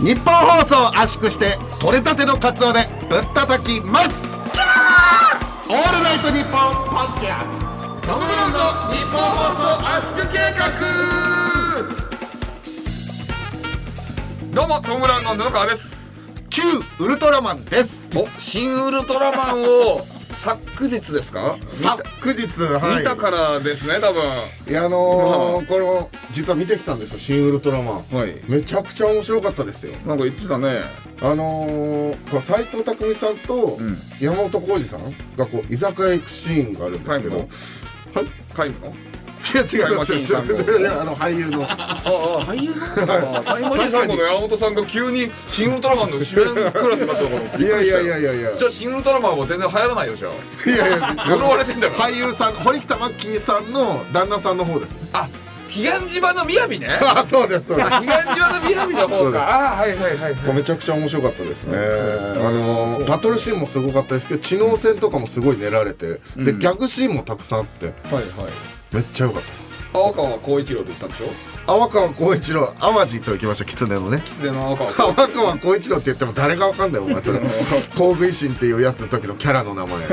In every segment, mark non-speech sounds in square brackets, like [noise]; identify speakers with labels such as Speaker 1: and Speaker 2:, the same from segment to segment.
Speaker 1: 日本放送圧縮して取れたてのカツオでぶったたきますオールナイトニッポンポッドキャストトムブラウンの日本放送圧縮計画
Speaker 2: どうもトム・ブラウンの布川です
Speaker 1: 旧ウルトラマンです
Speaker 2: お新ウルトラマンを昨日ですか
Speaker 1: 昨日、
Speaker 2: 見
Speaker 1: は
Speaker 2: た見たからですね多分
Speaker 1: い、いやあのー、これも実は見てきたんですよ「新ウルトラマン」
Speaker 2: はい
Speaker 1: めちゃくちゃ面白かったですよ
Speaker 2: なんか言ってたね
Speaker 1: あのー、こう斎藤工さんと
Speaker 2: ん
Speaker 1: 山本浩二さんがこう居酒屋行くシーンがあるんですけど、はい
Speaker 2: タイムタイムの
Speaker 1: いや違います
Speaker 2: タイムマシーンさんの
Speaker 1: い [laughs] やあの俳優の
Speaker 2: ああ俳優のタイムマシーンさんの山本さんが急に新ウルトラマンの主演クラスになったところ
Speaker 1: いやいやいや
Speaker 2: や
Speaker 1: いやいや
Speaker 2: じゃあ新ウルトラマンは全然流行らないよじゃあ
Speaker 1: いやい [laughs] や
Speaker 2: 呪われてんだから
Speaker 1: 俳優さん堀北真希さんの旦那さんの方です
Speaker 2: あ彼岸島の雅ね
Speaker 1: あそうです [laughs] そうです
Speaker 2: あ彼岸島の雅の
Speaker 1: そう
Speaker 2: 方
Speaker 1: です
Speaker 2: かあーはいはいはいはい
Speaker 1: めちゃくちゃ面白かったですね、あのーバトルシーンもすごかったですけど知能戦とかもすごい練られて、でギャグシーンもたくさんあって
Speaker 2: はいはい
Speaker 1: めっちゃ良かったです
Speaker 2: 青川浩一郎って言ったんでしょ
Speaker 1: 泡川浩一郎淡路と行きました狐のね
Speaker 2: 狐の青川浩
Speaker 1: 泡川浩一郎って言っても誰がわかんないお前 [laughs] それ工具維新っていうやつの時のキャラの名前 [laughs]
Speaker 2: 青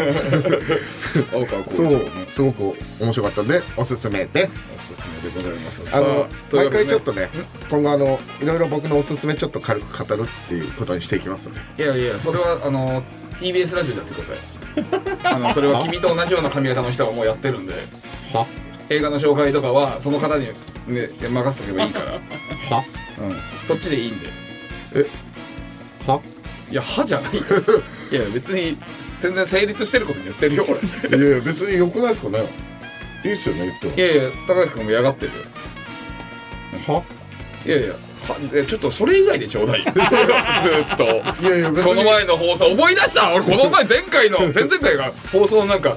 Speaker 2: 川浩
Speaker 1: そう
Speaker 2: 一郎ね
Speaker 1: すごく面白かったんでおすすめです
Speaker 2: おすすめでございます
Speaker 1: あの
Speaker 2: という
Speaker 1: 毎
Speaker 2: わけで
Speaker 1: 回
Speaker 2: ね
Speaker 1: ちょっとね今後あのいろいろ僕のおすすめちょっと軽く語るっていうことにしていきますので
Speaker 2: いやいやそれはあの TBS ラジオでやってく
Speaker 1: [laughs]
Speaker 2: ださいあのそれは君と同じような髪型の人はもうやってるんで
Speaker 1: は
Speaker 2: 映画の紹介とかはその方に、ね、任せておけばいいから、うん、
Speaker 1: は
Speaker 2: そっちでいいんで
Speaker 1: えはい
Speaker 2: や歯じゃ
Speaker 1: [laughs]
Speaker 2: ないよいや別に全然成立してることに言ってるよ俺
Speaker 1: いやいや別に良くないですかねいいっすよね言っ
Speaker 2: い
Speaker 1: て
Speaker 2: やいや高橋君も嫌がってるよ
Speaker 1: もはい
Speaker 2: やいやはえちょっとそれ以外でちょうだいよ [laughs] ずーっと
Speaker 1: いやいや別に
Speaker 2: この前の放送思い
Speaker 1: [laughs]
Speaker 2: 出した俺この前前回の前々回が放送のなんか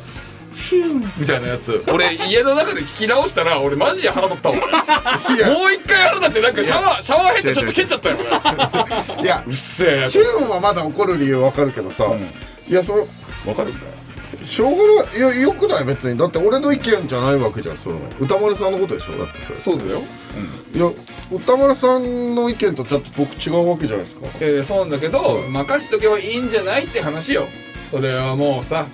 Speaker 2: ヒューみたいなやつ俺家の中で聞き直したら俺マジで腹立ったわ
Speaker 1: いや
Speaker 2: 俺もう一回腹立ってなんかシャワーシャワーヘッドちょっと蹴っちゃったよ俺
Speaker 1: いや
Speaker 2: うっせえ
Speaker 1: ヒュンはまだ怒る理由わかるけどさ、いやそれ
Speaker 2: わかるんだよ
Speaker 1: しょうがないいやよくない別にだって俺の意見じゃないわけじゃんその歌丸さんのことでしょだってそれ
Speaker 2: そうだよ、
Speaker 1: いや歌丸さんの意見とちょっと僕違うわけじゃないですか
Speaker 2: えー、そうなんだけど任しとけばいいんじゃないって話よそれはもうさ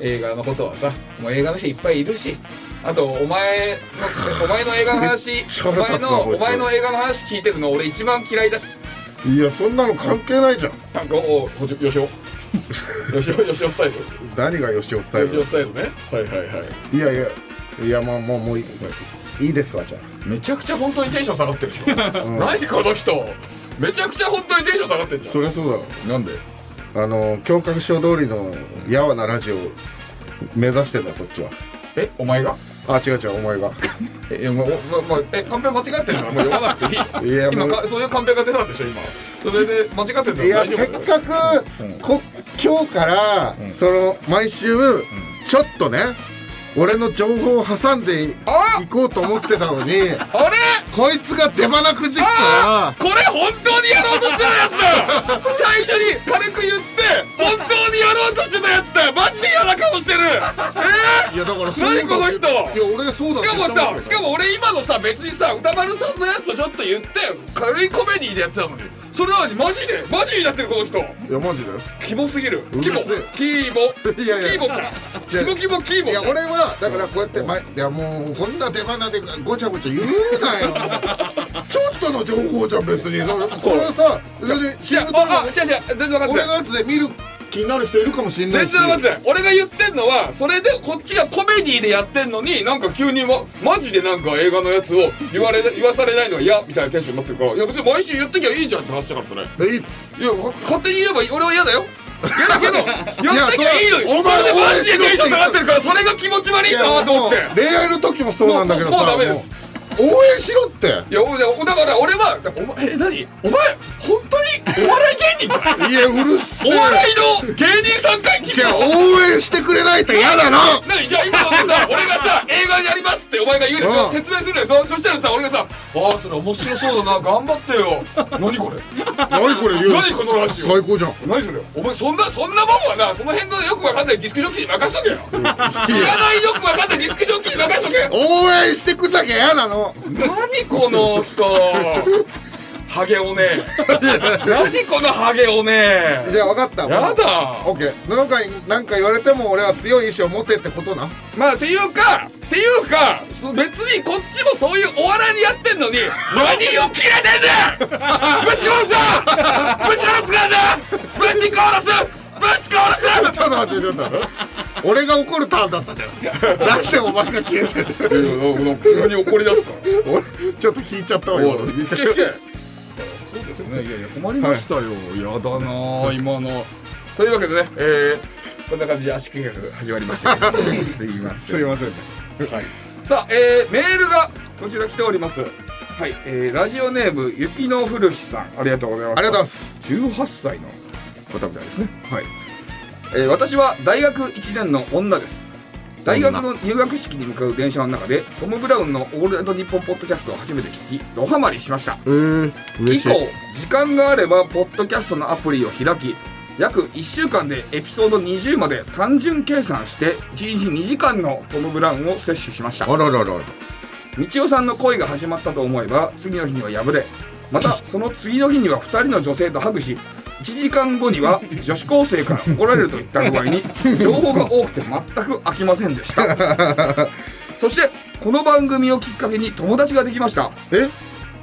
Speaker 2: 映画のことはさもう映画の人いっぱいいるしあとお前のお前の映画の話
Speaker 1: ちゃ
Speaker 2: お
Speaker 1: 腹立
Speaker 2: 前
Speaker 1: つな
Speaker 2: の
Speaker 1: こいつ
Speaker 2: お前の映画の話聞いてるの俺一番嫌いだし
Speaker 1: いやそんなの関係ないじゃん
Speaker 2: なんかおおほじ
Speaker 1: [laughs]
Speaker 2: よしおよしおよしおスタイ
Speaker 1: 何が吉尾スタイ
Speaker 2: ル
Speaker 1: ル
Speaker 2: よしおスタイルねはいはいはい
Speaker 1: いやいやいやまあもうもういいいいですわじゃ
Speaker 2: めちゃくちゃ本当にテンション下がってるでしょ、何この人めちゃくちゃ本当にテンション下がってん
Speaker 1: あ
Speaker 2: じ
Speaker 1: そりゃそうだろ
Speaker 2: ゃんなんで
Speaker 1: あの教覚書通りのやわなラジオを目指してんだよこっちは
Speaker 2: えお前が
Speaker 1: あ違う違うお前 [laughs] が
Speaker 2: え、いやもう、もうもうえ、カンペ間違ってるから、もう読まなくていい。
Speaker 1: いやも
Speaker 2: 今
Speaker 1: う
Speaker 2: か、そういうカンペが出たんでしょ、今。それで、間違ってる
Speaker 1: い
Speaker 2: の
Speaker 1: や
Speaker 2: 大丈
Speaker 1: せっ
Speaker 2: 夫
Speaker 1: かくこ今日から、その毎週、ちょっとね俺の情報を挟んでい
Speaker 2: あ
Speaker 1: いこうと思ってたのに [laughs]
Speaker 2: あれ
Speaker 1: こいつが出花くじくから
Speaker 2: あこれ本当にやろうとしてたやつだ最初に軽く言って、本当にやろうとしてたやつだマジで嫌な顔してるえ
Speaker 1: いやだからそうだ
Speaker 2: 何この人
Speaker 1: いや俺そうだ
Speaker 2: ー、しかもさ、しかも俺今のさ、別にさ、歌丸さんのやつをちょっと言って、軽いコメディでやってたのに。それなのにマジでマジになってるこの人
Speaker 1: いやマジで
Speaker 2: キモすぎる
Speaker 1: うる
Speaker 2: キ
Speaker 1: せえ
Speaker 2: モキモ
Speaker 1: いやいや
Speaker 2: キモちゃん
Speaker 1: じゃあ
Speaker 2: キモキモキ
Speaker 1: い
Speaker 2: モち
Speaker 1: や
Speaker 2: ゃん
Speaker 1: 俺はだからこうやって前いやもうこんな出花でごちゃごちゃ言うなよ
Speaker 2: [laughs]
Speaker 1: ちょっとの情報じゃん別にそそれはさ別に
Speaker 2: じゃあ、あ、あ、違う違う、全然分かって
Speaker 1: 俺
Speaker 2: な
Speaker 1: の
Speaker 2: い。
Speaker 1: やつで見る気になる人いるかもしれな
Speaker 2: 全
Speaker 1: いし
Speaker 2: 然分かってない。俺が言ってんのは、それでこっちがコメディでやってんのに、なんか急にま、マジでなんか映画のやつを言われ、言わされないのが嫌みたいなテンションになってるから、いや別に毎週言ってきゃいいじゃんって話だから、それ。いや、
Speaker 1: えい
Speaker 2: 勝手に言えばいい俺は嫌だよ。嫌だ
Speaker 1: [laughs]
Speaker 2: けど、言ってきゃいいのに。
Speaker 1: いやそれ
Speaker 2: それで
Speaker 1: お前
Speaker 2: マジでテンション下がってるから、それが気持ち悪い
Speaker 1: い
Speaker 2: な
Speaker 1: や
Speaker 2: と思
Speaker 1: も
Speaker 2: っ
Speaker 1: う
Speaker 2: て。
Speaker 1: 恋愛の時もそうなんだけどさ
Speaker 2: もうもうもうダメです
Speaker 1: もう応援しろって
Speaker 2: いや、おだから俺は、お前、え、何お前、本当にお笑い芸人かい
Speaker 1: いや [laughs] うるせ
Speaker 2: お
Speaker 1: え
Speaker 2: 笑いの芸人さんかい君
Speaker 1: じゃあ
Speaker 2: は
Speaker 1: 応援してくれないと嫌だな [laughs]
Speaker 2: 何じゃあ今のってさ俺がさ映画やりますってお前が言うでし
Speaker 1: う
Speaker 2: ょ
Speaker 1: ん
Speaker 2: 説明するのよそそしたらさ俺がさ「ああそれ面白そうだな頑張ってよ何これ
Speaker 1: 何これ言う
Speaker 2: 何このラジオ
Speaker 1: 最高じゃん
Speaker 2: 何それお前そんなそんなもんはなその辺のよくわかんないディスクジョッキーに任せとけよ知らないよくわかんないディスクジョッキーに任せとけよ
Speaker 1: 応援してくんなきゃ嫌なの
Speaker 2: 何この人ハゲおね何このハゲおね
Speaker 1: じゃあ分かった
Speaker 2: やだ
Speaker 1: オッケー布川に何か言われても俺は強い意志を持てってことな
Speaker 2: まあっていうかっていうかその別にこっちもそういうお笑いにやってんのに何を切れてんねんぶち殺すぞぶち殺すからなぶち殺すぶち殺す
Speaker 1: ちょっと待ってちょっと待って俺が怒るターンだったじゃんなんでお前が消えてんの
Speaker 2: 急に怒り出すから
Speaker 1: 俺ちょっと引いちゃったわ今
Speaker 2: お
Speaker 1: の
Speaker 2: い
Speaker 1: で
Speaker 2: いけいけそうですねいやいや困りましたよ、やだなあ今のというわけでね、えー、こんな感じで足計画始まりましたけどすい [laughs] ます
Speaker 1: いませんね
Speaker 2: さあ、えー、メールがこちら来ておりますはい、えー、ラジオネーム雪の古木さんありがとうございます
Speaker 1: ありがとうございます
Speaker 2: 18歳の方みたいですねはい、えー私は大学1年の女です大学の入学式に向かう電車の中でトム・ブラウンの「オールナイトニッポン」ポッドキャストを初めて聞きドハマりしました
Speaker 1: えー、
Speaker 2: 以降時間があればポッドキャストのアプリを開き約1週間でエピソード20まで単純計算して1日2時間のトム・ブラウンを摂取しました
Speaker 1: あらららら
Speaker 2: 道夫さんの恋が始まったと思えば次の日には破れまたその次の日には2人の女性とハグし1時間後には女子高生から怒られるといった具合に情報が多くて全く飽きませんでしたそしてこの番組をきっかけに友達ができました
Speaker 1: え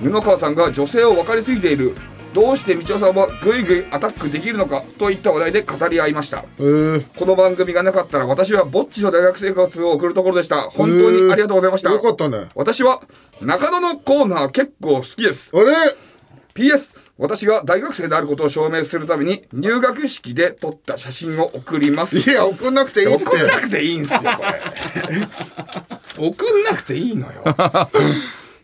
Speaker 2: 布川さんが女性を分かりすぎているどうして道夫さんはグイグイアタックできるのかといった話題で語り合いました
Speaker 1: えー、
Speaker 2: この番組がなかったら私はぼっちの大学生活を送るところでした本当にありがとうございました、
Speaker 1: よかったね
Speaker 2: 私は中野のコーナー結構好きです
Speaker 1: あれ
Speaker 2: PS 私が大学生であることを証明するために入学式で撮った写真を送ります
Speaker 1: いや送んなくていいって
Speaker 2: 送んなくていいんすよこ
Speaker 3: [laughs]
Speaker 2: れ送んなくていいのよ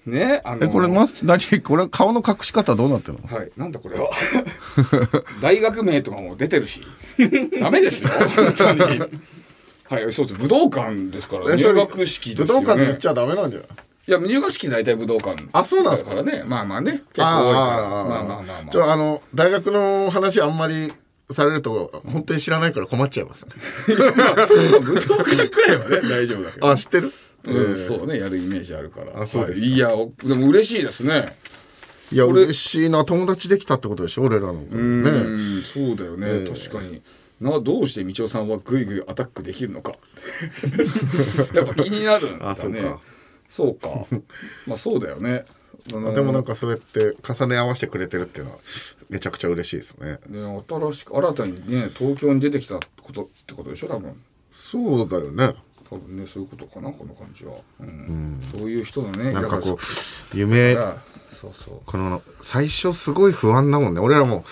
Speaker 2: ねあの
Speaker 3: えこれマス何これ顔の隠し方どうなってるの
Speaker 2: はい、なんだこれは [laughs] 大学名とかも出てるし [laughs] ダメですよ本当にはいそうです武道館ですから
Speaker 1: え
Speaker 2: 入
Speaker 1: それ
Speaker 2: 学式ですよ
Speaker 1: 武道館で言っ
Speaker 2: ね
Speaker 1: ちゃダメなんじゃない
Speaker 2: いや入学式大体武道館
Speaker 1: あそうなんです
Speaker 2: だ
Speaker 1: か
Speaker 2: からねまあまあね結構多いから
Speaker 1: ああ
Speaker 2: まあまあまあまあ
Speaker 1: ちょあの大学の話あんまりされると本当に知らないから困っちゃいますね
Speaker 2: 武道館くらいはね大丈夫だけど、
Speaker 1: あ知ってる、
Speaker 2: うん、そうねやるイメージあるから
Speaker 1: あそうですか
Speaker 2: はいいやおでも嬉しいですね
Speaker 1: いや嬉しいな友達できたってことでしょ俺らのね
Speaker 2: うんそうだよね、確かになどうして道夫さんはグイグイアタックできるの
Speaker 1: [laughs]
Speaker 2: かやっぱ気になるんだね
Speaker 1: あそうか
Speaker 2: そうか
Speaker 1: [laughs]
Speaker 2: まあそうだよねあの
Speaker 1: でもなんかそうやって重ね合わせてくれてるっていうのはめちゃくちゃ嬉しいですね
Speaker 2: ね新しく新たにね東京に出てきたことってことでしょ多分
Speaker 1: そうだよね
Speaker 2: 多分ねそういうことかなこの感じは、うんそういう人のね
Speaker 1: なんか
Speaker 2: や
Speaker 1: こ
Speaker 2: っ
Speaker 1: う夢
Speaker 2: ぱそうそう
Speaker 1: この最初すごい不安だもんね俺らも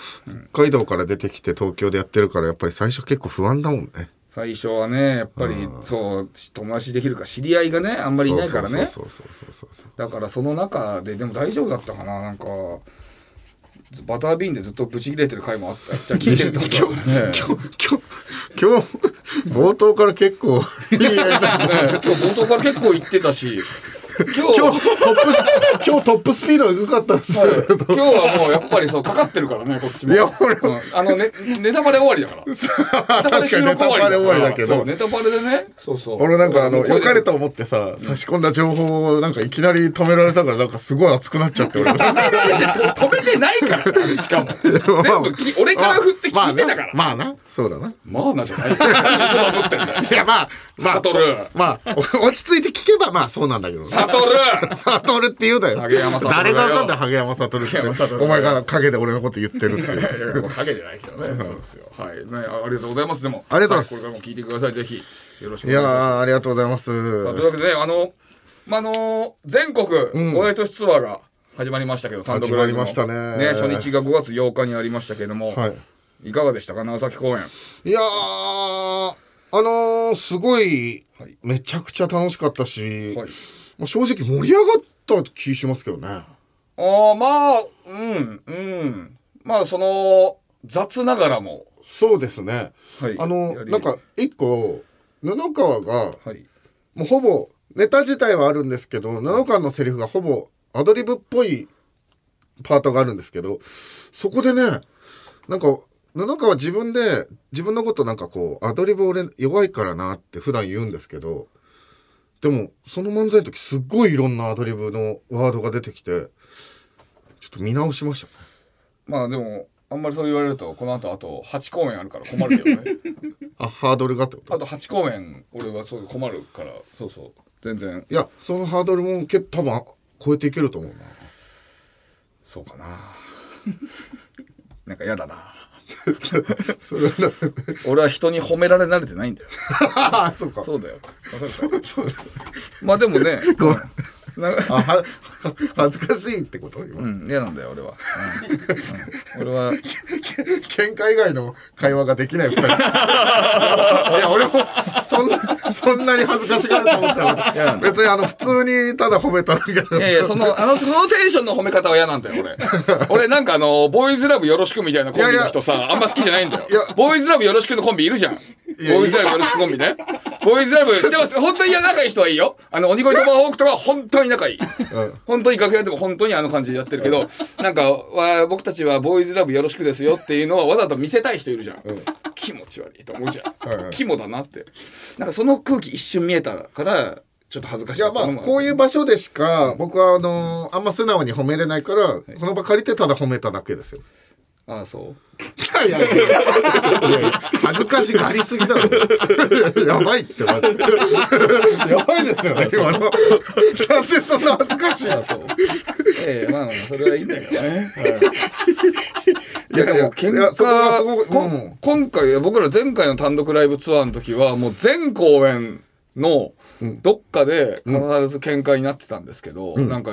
Speaker 1: 北海道から出てきて東京でやってるからやっぱり最初結構不安だもんね
Speaker 2: 最初はねやっぱりそう友達できるか知り合いがねあんまりいないからね
Speaker 1: そうそうそうそうそう
Speaker 2: だからその中ででも大丈夫だったかななんかずバタービーンでずっとブチ切れてる回もあったじゃあ聞いてるってことだ [laughs] から
Speaker 1: 今
Speaker 2: ね
Speaker 1: 日、今日、今日、冒頭から結構、いいやりだした
Speaker 2: ね今日冒頭から結構言ってたし今日
Speaker 1: 今
Speaker 2: はい
Speaker 1: 日、トップス、今日トップスピードが良かったんですよ。
Speaker 2: 今日はもうやっぱりそうかかってるからねこっちも
Speaker 1: いや俺
Speaker 2: うんあのねネタバレ終わりだから
Speaker 1: [laughs] 確かにネタバレ終わりだけ
Speaker 2: そう
Speaker 1: ど。
Speaker 2: ネタバレでねそうそう
Speaker 1: 俺なんかあの、
Speaker 2: 声で
Speaker 1: 良かれと思ってさ、差し込んだ情報をなんかいきなり止められたからなんかすごい熱くなっちゃって
Speaker 2: [laughs]
Speaker 1: 俺。
Speaker 2: 止められて止めてないからねし
Speaker 1: [laughs]
Speaker 2: かも全部き俺から振って聞いてたから
Speaker 1: まあな、まあなそうだな。
Speaker 2: まあなじゃない [laughs] よ。何ぶってんだよ。
Speaker 1: いやまあ、まあ、
Speaker 2: 悟る
Speaker 1: まあ、お落ち着いて聞けばまあそうなんだけどね。
Speaker 2: サトル
Speaker 1: サトルって言うだよ。
Speaker 2: 萩山悟だよ
Speaker 1: 誰がわかんだよ、萩山サトルって
Speaker 2: 山悟だ。よ
Speaker 1: お前が陰で俺のこと言ってるっていう。
Speaker 2: いやいや、もう影じゃないけどね。そうですよ。はい。ね、あありがとうございます。でも。
Speaker 1: ありがとうございます
Speaker 2: はこれからも聞いてください。ぜひ。よろしく
Speaker 1: い
Speaker 2: お願いします。
Speaker 1: やーありがとうございます。
Speaker 2: さあというわけでね、あの、まあ、あのー全国ホワイトツアーが始まりましたけど、単独ライブの
Speaker 1: 始まりましたね
Speaker 2: ね、初日が5月8日にありましたけれども、。
Speaker 1: はい
Speaker 2: かがでしたか、長崎公演。
Speaker 1: いやーあのー、すごい、
Speaker 2: はい
Speaker 1: めちゃくちゃ楽しかったし、
Speaker 2: はい
Speaker 1: まあ正直盛り上がった気しますけどね。
Speaker 2: ああ、まあ、うん、うん。まあ、その、雑ながらも。
Speaker 1: そうですね。
Speaker 2: はい
Speaker 1: あの
Speaker 2: やり
Speaker 1: なんか一個布川が
Speaker 2: はい。
Speaker 1: もうほぼネタ自体はあるんですけど布川のセリフがほぼアドリブっぽいパートがあるんですけどそこでねなんか布川自分で自分のことなんかこうアドリブ俺弱いからなって普段言うんですけどでもその漫才の時すっごいいろんなアドリブのワードが出てきてちちょっと見直しましたね
Speaker 2: まあでもあんまりそう言われるとこの後あと8公演あるから困るけどね
Speaker 1: あハードルがってこと
Speaker 2: あと8公演俺はそう困るからそうそう全然
Speaker 1: いやそのハードルもけ多分あ超えていけると思うな
Speaker 2: そうかな [laughs] なんか嫌だな [laughs]
Speaker 1: それは
Speaker 2: 俺は人に褒められ慣れてないんだよ
Speaker 1: あそうか
Speaker 2: そうだよわかるか
Speaker 1: そう
Speaker 2: まあでもね
Speaker 1: [laughs] ごめん
Speaker 2: な
Speaker 1: あは [laughs] は恥ずかしいってこと今、
Speaker 2: うん嫌なんだよ俺は、うんうん俺は
Speaker 1: 喧嘩以外の会話ができない [laughs] 二人いや俺もそんなそんなに恥ずかしがると思った
Speaker 2: いや
Speaker 1: ら別にあの普通にただ褒めただけだ
Speaker 2: いやい
Speaker 1: [laughs]
Speaker 2: や、その、あの、そのテンションの褒め方は嫌なんだよ、俺。俺なんかあの、ボーイズラブよろしくみたいなコンビの人さ、あんま好きじゃないんだよ
Speaker 1: いや。
Speaker 2: ボーイズラブよろしくのコンビいるじゃん。ボ
Speaker 1: や
Speaker 2: ーイズラブよろしくコ
Speaker 1: [laughs]
Speaker 2: ンビね。ボーイズラブしてます。本当に仲いい人はいいよ。あの、鬼越トマホークとか本当に仲
Speaker 1: [laughs]
Speaker 2: いい。本当に楽屋でも本当にあの感じでやってるけど、なんか、わ僕たちはボーイズラブよろしくですよっていうのをわざと見せたい人いるじゃん。気持ち悪いと思うじゃ
Speaker 1: はいは
Speaker 2: ん。
Speaker 1: い
Speaker 2: 肝だなって。なんかその空気一瞬見えたから、ちょっと恥ずかし
Speaker 1: い
Speaker 2: い。
Speaker 1: やまあこういう場所でしか僕はあのあんま素直に褒めれないから、この場借りてただ褒めただけですよ
Speaker 2: ああ、そう。
Speaker 1: いやいやいやいやいや恥ずかしがりすぎだろやばいってマジでやばいですよね今のなんでそんな恥ずかしいの
Speaker 2: あそう。ええまあまあそれはいいんだけどね。
Speaker 1: いやいや
Speaker 2: 喧
Speaker 1: いやそこがすご
Speaker 2: 嘩
Speaker 1: く
Speaker 2: こ
Speaker 1: うん
Speaker 2: 今回僕ら前回の単独ライブツアーの時はもう全公演のどっかで必ず喧嘩になってたんですけど、なんか。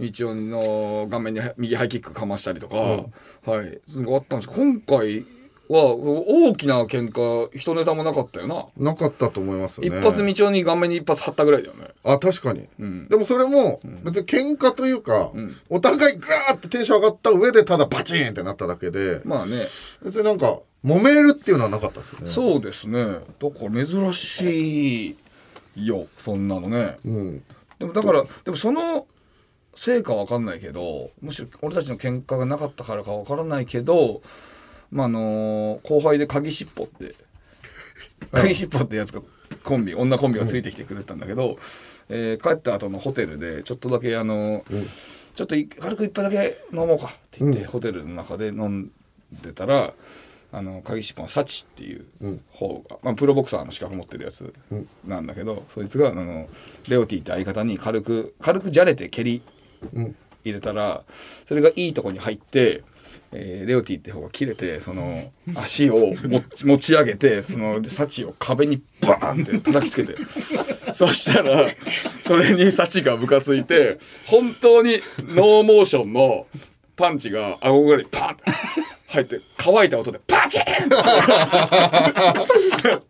Speaker 2: 一応の画面に右ハイキックかましたりとか、はい、すごいあったんですけど今回は大きな喧嘩一ネタもなかったよな、
Speaker 1: なかったと思いますね
Speaker 2: 一発道夫に顔面に一発張ったぐらいだよね
Speaker 1: あ確かに、でもそれも別に喧嘩というか、お互いガーってテンション上がった上でただバチーンってなっただけで、
Speaker 2: まあね
Speaker 1: 別になんか揉めるっていうのはなかったですね
Speaker 2: そうですね。だから珍しいよ、そんなのね。 [laughs]
Speaker 1: うん
Speaker 2: でもだから、でもその成果はわかんないけど、むしろ俺たちの喧嘩がなかったからかわからないけど、まああの後輩で鍵しっぽって、鍵しっぽってやつがコンビ、女コンビがついてきてくれたんだけど、えー帰った後のホテルでちょっとだけあのちょっとい軽く一杯だけ飲もうかって言って、ホテルの中で飲んでたらあの鍵しっぽのサチっていう方が、まあ、プロボクサーの資格持ってるやつなんだけど、そいつがあのレオティって相方に軽く軽くじゃれて蹴り入れたらそれがいいとこに入って、えーレオティって方が切れてそ [laughs] の足を持ち持ち上げてそのサチを壁にバーンって叩きつけてそしたらそれにサチがムカついて本当にノーモーションのパンチが顎ぐらいにパーンって入って乾いた音でパチン
Speaker 1: い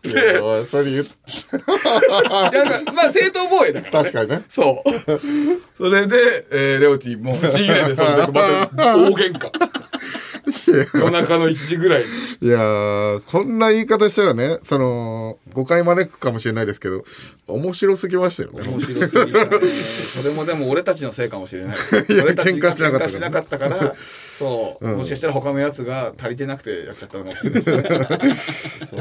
Speaker 1: やおいそれ言っ
Speaker 2: なんかまあ正当防衛だから
Speaker 1: 確かにね
Speaker 2: そう。それで、えーレオティもうちぎれて、それでまた大喧嘩。夜中の1時ぐらいに。
Speaker 1: いやーこんな言い方したらねその誤解招くかもしれないですけど面白すぎましたよね
Speaker 2: 面白すぎる、ね。それもでも俺たちのせいかもしれ
Speaker 1: [laughs]
Speaker 2: ない。俺たちが
Speaker 1: 喧嘩してなかったから
Speaker 2: 喧嘩しなかったから、そう、もしかしたら他のやつが足りてなくてやっちゃったのかもしれない。そう。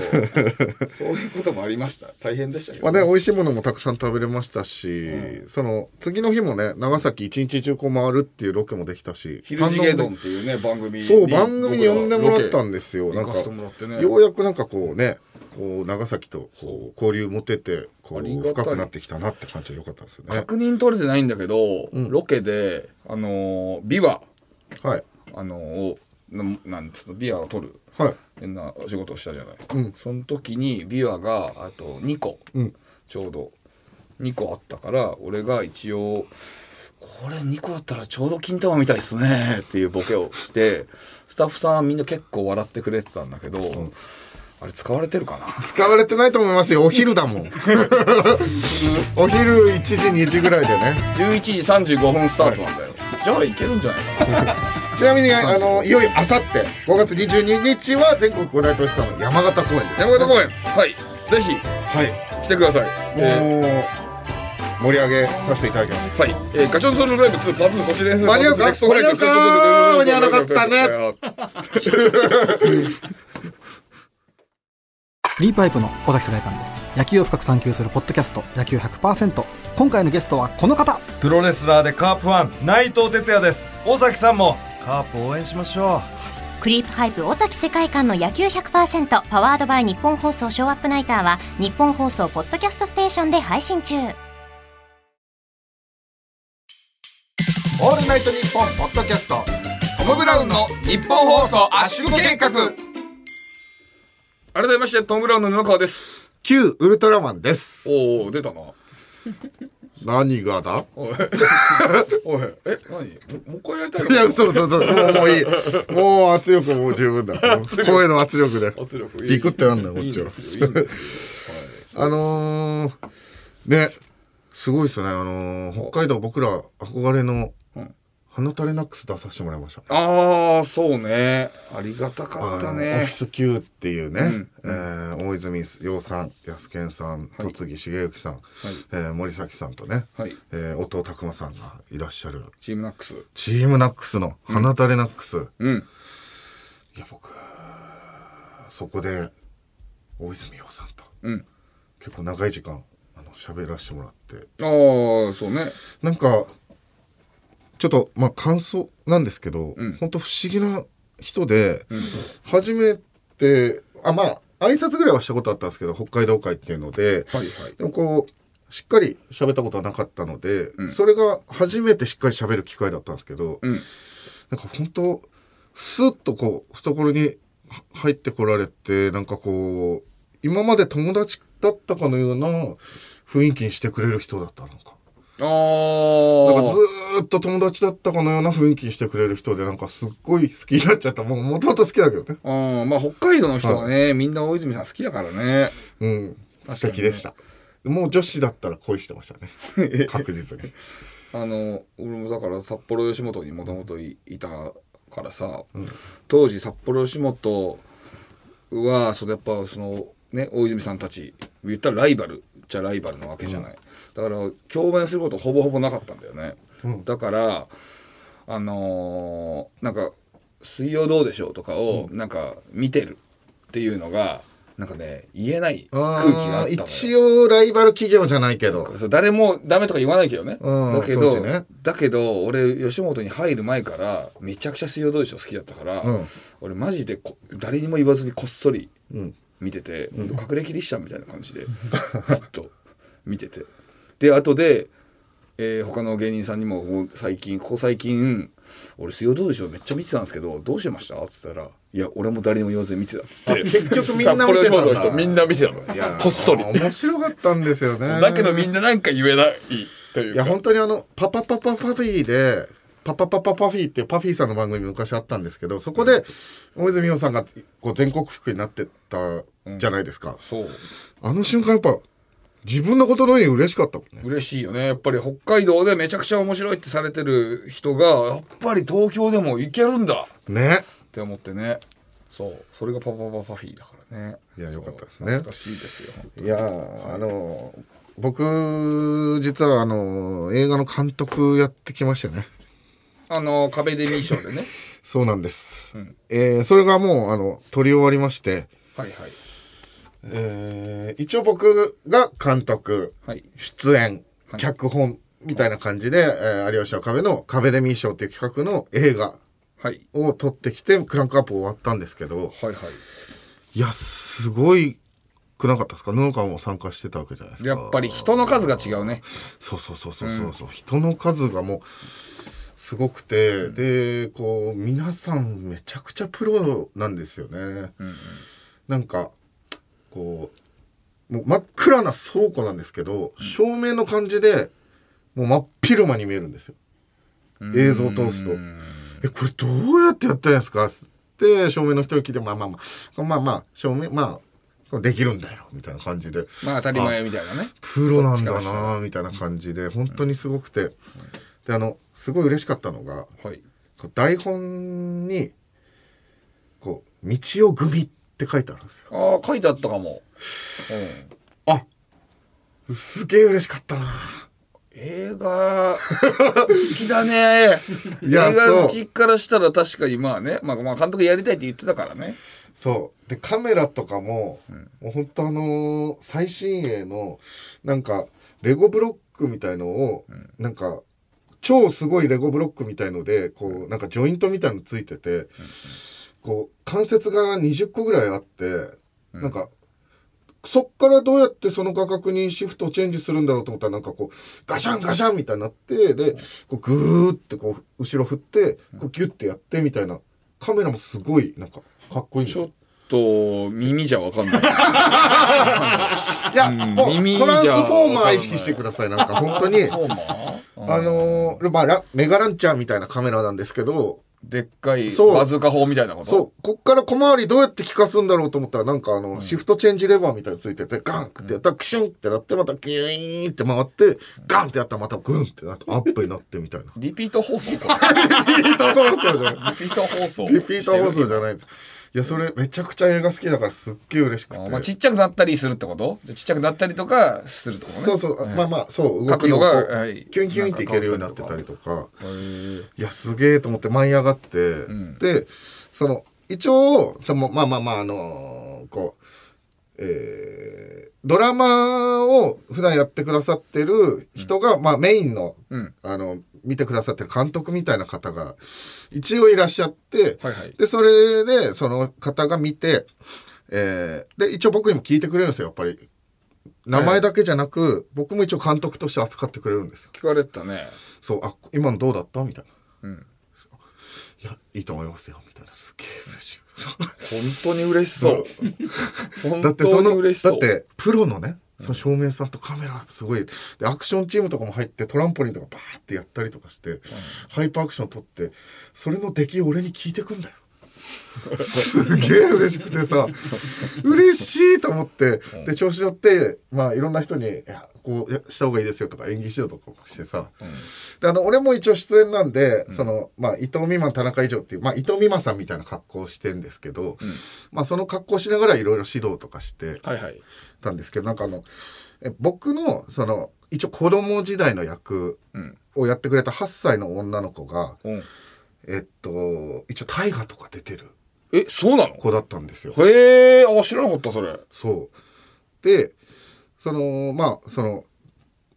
Speaker 2: そういうこともありました。大変でしたけ
Speaker 1: ま
Speaker 2: ど、
Speaker 1: あね、美味しいものもたくさん食べれましたし、その次の日もね長崎一日中こう回るっていうロケもできたし
Speaker 2: 昼次ゲ
Speaker 1: 堪能
Speaker 2: ド
Speaker 1: で
Speaker 2: ンっていうね、番組に
Speaker 1: そう番組に呼んでもらったんですよ
Speaker 2: 僕
Speaker 1: なん
Speaker 2: らロ
Speaker 1: か
Speaker 2: ケ行かせてもらってね
Speaker 1: ようやくなんかこうねこう長崎とこう交流持ててこ
Speaker 2: あ
Speaker 1: う
Speaker 2: りがたい
Speaker 1: 深くなってきたなって感じが良かったですよね
Speaker 2: 確認取れてないんだけど、ロケで、あのー、ビワ。
Speaker 1: はい
Speaker 2: あのをななんつうのビアを取る
Speaker 1: はい
Speaker 2: 変なお仕事をしたじゃない、
Speaker 1: うん
Speaker 2: その時にビアがあと2個、
Speaker 1: うん
Speaker 2: ちょうど2個あったから俺が一応「これ2個だったらちょうど金玉みたいっすね」っていうボケをしてスタッフさんはみんな結構笑ってくれてたんだけど、あれ使われてるかな
Speaker 1: 使われてないと思いますよお昼だも
Speaker 2: [laughs]
Speaker 1: んお昼1時2時ぐらいでね
Speaker 2: 11時35分スタートなんだよ、じゃあいけるんじゃないかな
Speaker 1: ちなみにあのいよいよあさって5月22日は全国五大都市さんの山形公演です
Speaker 2: 山形公園はいぜひ
Speaker 1: はい
Speaker 2: 来てください、
Speaker 1: もう
Speaker 2: えー
Speaker 1: 盛り上げさせていただきます。
Speaker 2: はい、えー、ガチョンソルライブ2パートソシデンス
Speaker 1: 間に合うか
Speaker 2: パートソレクソフト
Speaker 1: 間に合わなかったね
Speaker 2: ガチョンソルライブ2
Speaker 4: フリーパイプの尾崎世代観です野球を深く探求するポッドキャスト野球100%今回のゲストはこの方
Speaker 5: プロレスラーでカープファン内藤哲也です尾崎さんもカープ応援しましょ
Speaker 6: クリープハイプ尾崎世界観の野球100%パワードバイ日本放送ショーアップナイターは日本放送ポッドキャストステーションで配信中
Speaker 1: オールナイトニッポンポッドキャスト
Speaker 7: トム・ブラウンの日本放送圧縮計画
Speaker 2: 改めましてトム・ブラウンの布川です
Speaker 1: 旧ウルトラマンです
Speaker 7: おお出たな
Speaker 1: 何がだ
Speaker 7: おいえ何ももう一回やりたい
Speaker 1: いや
Speaker 7: の
Speaker 1: そうそうそうもうもういいもう圧力もう十分だ声の [laughs] 圧力で
Speaker 7: 圧力
Speaker 1: ビクってなんだよこっ
Speaker 7: いいん
Speaker 1: ちは
Speaker 7: ですよいいんですよ
Speaker 1: あのー、ねすごいですねあのー、北海道僕ら憧れの花垂れナックス出させてもらいました
Speaker 2: ああそうねありがたかった
Speaker 1: あのオ
Speaker 2: ね
Speaker 1: フィス Q っていうね、えー大泉洋さん安健さん戸次重幸さん、えー森崎さんとね、
Speaker 2: はい
Speaker 1: えー音尾拓磨さんがいらっしゃる
Speaker 2: チームナックス
Speaker 1: チームナックスの花垂れナックス、
Speaker 2: うん
Speaker 1: いや僕そこで大泉洋さんと、
Speaker 2: うん
Speaker 1: 結構長い時間あの喋らせてもらって
Speaker 2: ああそうね
Speaker 1: なんかちょっとまあ感想なんですけど、本当不思議な人で、初めてあまあ挨拶ぐらいはしたことあったんですけど北海道会っていうので、
Speaker 2: はいはい
Speaker 1: でもこうしっかり喋ったことはなかったので、それが初めてしっかり喋る機会だったんですけど、な
Speaker 2: ん
Speaker 1: んか本当スッとこう懐には入ってこられてなんかこう今まで友達だったかのような雰囲気にしてくれる人だったなんか。
Speaker 2: あ
Speaker 1: なんか
Speaker 2: あ
Speaker 1: ずーっと友達だったかのような雰囲気にしてくれる人で、なんかすっごい好きになっちゃった。もうもともと好きだけどね。
Speaker 2: うん、まあ北海道の人はね、みんな大泉さん好きだからね。
Speaker 1: うん。素敵でした。もう女子だったら恋してま
Speaker 2: [laughs]
Speaker 1: したね。確実に。
Speaker 2: あの、俺もだから札幌吉本にもともといいたからさ、当時札幌吉本は、そのやっぱその、ね、大泉さんたち、言ったらライバルじゃライバルなわけじゃない。だから共演することほぼほぼなかったんだよね。だから、あのーなんか「水曜どうでしょう」とかをなんか見てるっていうのがなんかね言えない空気があ
Speaker 1: あ
Speaker 2: っ
Speaker 1: ー
Speaker 2: たの
Speaker 1: 一
Speaker 2: よ。
Speaker 1: 応ライバル企業じゃないけど。
Speaker 2: そう誰もダメとか言わないけどね。
Speaker 1: うん
Speaker 2: だけ
Speaker 1: 当
Speaker 2: ど、
Speaker 1: 時ね
Speaker 2: だけど俺吉本に入る前からめちゃくちゃ水曜どうでしょう好きだったから、
Speaker 1: うん
Speaker 2: 俺マジでこ誰にも言わずにこっそり
Speaker 1: うん。
Speaker 2: 見てて、隠れキリシャンみたいな感じでずっと見ててで後で、えー他の芸人さんにももう最近ここ最近「俺水曜どうでしょう」めっちゃ見てたんですけどどうしてましたっつったら「いや俺も誰にも言わずに見てた」っつって
Speaker 1: 結局みんな見てたんだ
Speaker 2: 札幌吉本の人みんな見てたの
Speaker 1: いや
Speaker 2: こっそり
Speaker 1: あー面白かったんですよね。
Speaker 2: [laughs] だけどみんななんか言えないという
Speaker 1: いや、
Speaker 2: か
Speaker 1: 本当にあの、パパパパパフィーで、パパパパパフィーっていうパフィーさんの番組昔あったんですけど、そこで、大泉洋さんがこう全国服になってったじゃないですか。
Speaker 2: そう
Speaker 1: あの瞬間やっぱ自分のことのように嬉しかったもんね。
Speaker 2: 嬉しいよねやっぱり北海道でめちゃくちゃ面白いってされてる人がやっぱり東京でもいけるんだ
Speaker 1: ね。
Speaker 2: って思ってねそうそれがパパパパフィーだからね
Speaker 1: いやよ
Speaker 2: そう
Speaker 1: かったですね
Speaker 2: 懐かしいですよ
Speaker 1: いやーあのー僕実はあのー映画の監督やってきましたね。
Speaker 2: あの壁デミー賞でね [laughs]
Speaker 1: そうなんです。えーそれがもうあの撮り終わりまして、
Speaker 2: はいはい
Speaker 1: えー一応僕が監督、
Speaker 2: はい
Speaker 1: 出演、
Speaker 2: はい
Speaker 1: 脚本みたいな感じで、えー有吉の壁の壁デミー賞っていう企画の映画
Speaker 2: はい
Speaker 1: を撮ってきてクランクアップ終わったんですけど、
Speaker 2: はいはい
Speaker 1: いや、すごいくなかったですか布川も参加してたわけじゃないですか。
Speaker 2: やっぱり人の数が違うね
Speaker 1: そうそうそうそうそうそう、人の数がもう、すごくて、で、こう、皆さんめちゃくちゃプロなんですよね。なんか、こう、もう真っ暗な倉庫なんですけど、照明の感じで、もう真っ昼間に見えるんですよ。映像を通すと。え、これどうやってやったんですかって、照明の人に聞いて、まあまあまあ、まあまあ、照明、まあ、これできるんだよ、みたいな感じで。
Speaker 2: まあ当たり前みたいなね
Speaker 1: プロなんだ
Speaker 2: そっちからした
Speaker 1: なあみたいな感じで本当にすごくて、であのすごい嬉しかったのが
Speaker 2: はい
Speaker 1: こう台本にこう「道を組って書いてあるんですよ
Speaker 2: ああ書いてあったかも、うん、あ
Speaker 1: すげえ嬉しかったなあ
Speaker 2: 映画好きだね
Speaker 1: [laughs] いや
Speaker 2: 映画好
Speaker 1: そ
Speaker 2: きからしたら確かにまあね、まあ、まあ監督やりたいって言ってたからね
Speaker 1: そうでカメラとかも、もう本当あのー最新鋭のなんかレゴブロックみたいのを、なんか超すごいレゴブロックみたいのでこうなんかジョイントみたいのついてて、こう関節が20個ぐらいあって、なんかそっからどうやってその画角にシフトチェンジするんだろうと思ったらなんかこうガシャンガシャンみたいになってでこうグーってこう後ろ振ってこうギュッてやってみたいなカメラもすごいなんかかっこいいんです
Speaker 7: ち
Speaker 1: よ
Speaker 7: ょっと耳じゃわかんないです
Speaker 1: いや、
Speaker 7: うん
Speaker 1: もう
Speaker 7: 耳
Speaker 1: トランスフォーマ
Speaker 7: じゃわかんな
Speaker 1: ー
Speaker 7: い
Speaker 1: 意識してください。なんか本当に、
Speaker 7: フォーマー
Speaker 1: あのーまあラ、メガランチャーみたいなカメラなんですけど、
Speaker 7: でっかい
Speaker 1: そう
Speaker 7: バズーカ砲みたいなこと。
Speaker 1: そう、こっから小回りどうやって効かすんだろうと思ったら、なんかあの、シフトチェンジレバーみたいについてて、ガンってやったらクシュンってなって、またギューンって回って、ガンってやったらまたグンってなって、アップになってみたい [laughs] な
Speaker 7: リピート放送か
Speaker 1: [laughs] リピート放送じゃ [laughs] ない。
Speaker 7: リピート放送
Speaker 1: リピート放送じゃないです。いや、それめちゃくちゃ映画好きだからすっげえ嬉しくて。
Speaker 7: あまあ、ちっちゃくなったりするってことでちっちゃくなったりとかするってことね
Speaker 1: そうそう、まあまあそう動
Speaker 7: 角
Speaker 1: き
Speaker 7: 度
Speaker 1: をこ
Speaker 7: が
Speaker 1: う、
Speaker 7: はい
Speaker 1: キュンキュンっていけるようになってたりとかいやすげえと思って舞い上がって、でその一応そのまあまあまああのーこうえードラマを普段やってくださってる人が、まあ、メインの,、
Speaker 7: うん
Speaker 1: あの見てくださってる監督みたいな方が一応いらっしゃって、
Speaker 7: はいはい
Speaker 1: でそれでその方が見て、えーで一応僕にも聞いてくれるんですよやっぱり名前だけじゃなく、僕も一応監督として扱ってくれるんですよ
Speaker 7: 聞かれてたね
Speaker 1: そうあ今のどうだったみたいな、
Speaker 7: うん
Speaker 1: いやいいと思いますよみたいなすっげえ嬉しい
Speaker 7: 本当に嬉しそう本
Speaker 1: だって
Speaker 7: 当
Speaker 1: そ
Speaker 7: に
Speaker 1: のだ
Speaker 7: 嬉しそう
Speaker 1: ってプロのねその照明さんとカメラすごいでアクションチームとかも入ってトランポリンとかバーってやったりとかして、ハイパーアクション撮ってそれの出来を俺に聞いてくんだよすげえ嬉しくてさ嬉しいと思ってで調子乗ってまあいろんな人にいやこうやした方がいいですよとか演技指導とかもしてさ、であの俺も一応出演なんで、そのまあ、伊藤美誠田中以上っていう、まあ、伊藤美誠さんみたいな格好をしてんですけど、まあ、その格好をしながらいろいろ指導とかして
Speaker 7: はいはい
Speaker 1: たんですけどなんかあのえ僕のその一応子供時代の役
Speaker 7: うん
Speaker 1: をやってくれた8歳の女の子が、
Speaker 7: うん
Speaker 1: えっと一応大河とか出てる
Speaker 7: えそうなの
Speaker 1: 子だったんですよ。
Speaker 7: へえあ知らなかったそれ
Speaker 1: そうでそのまあその、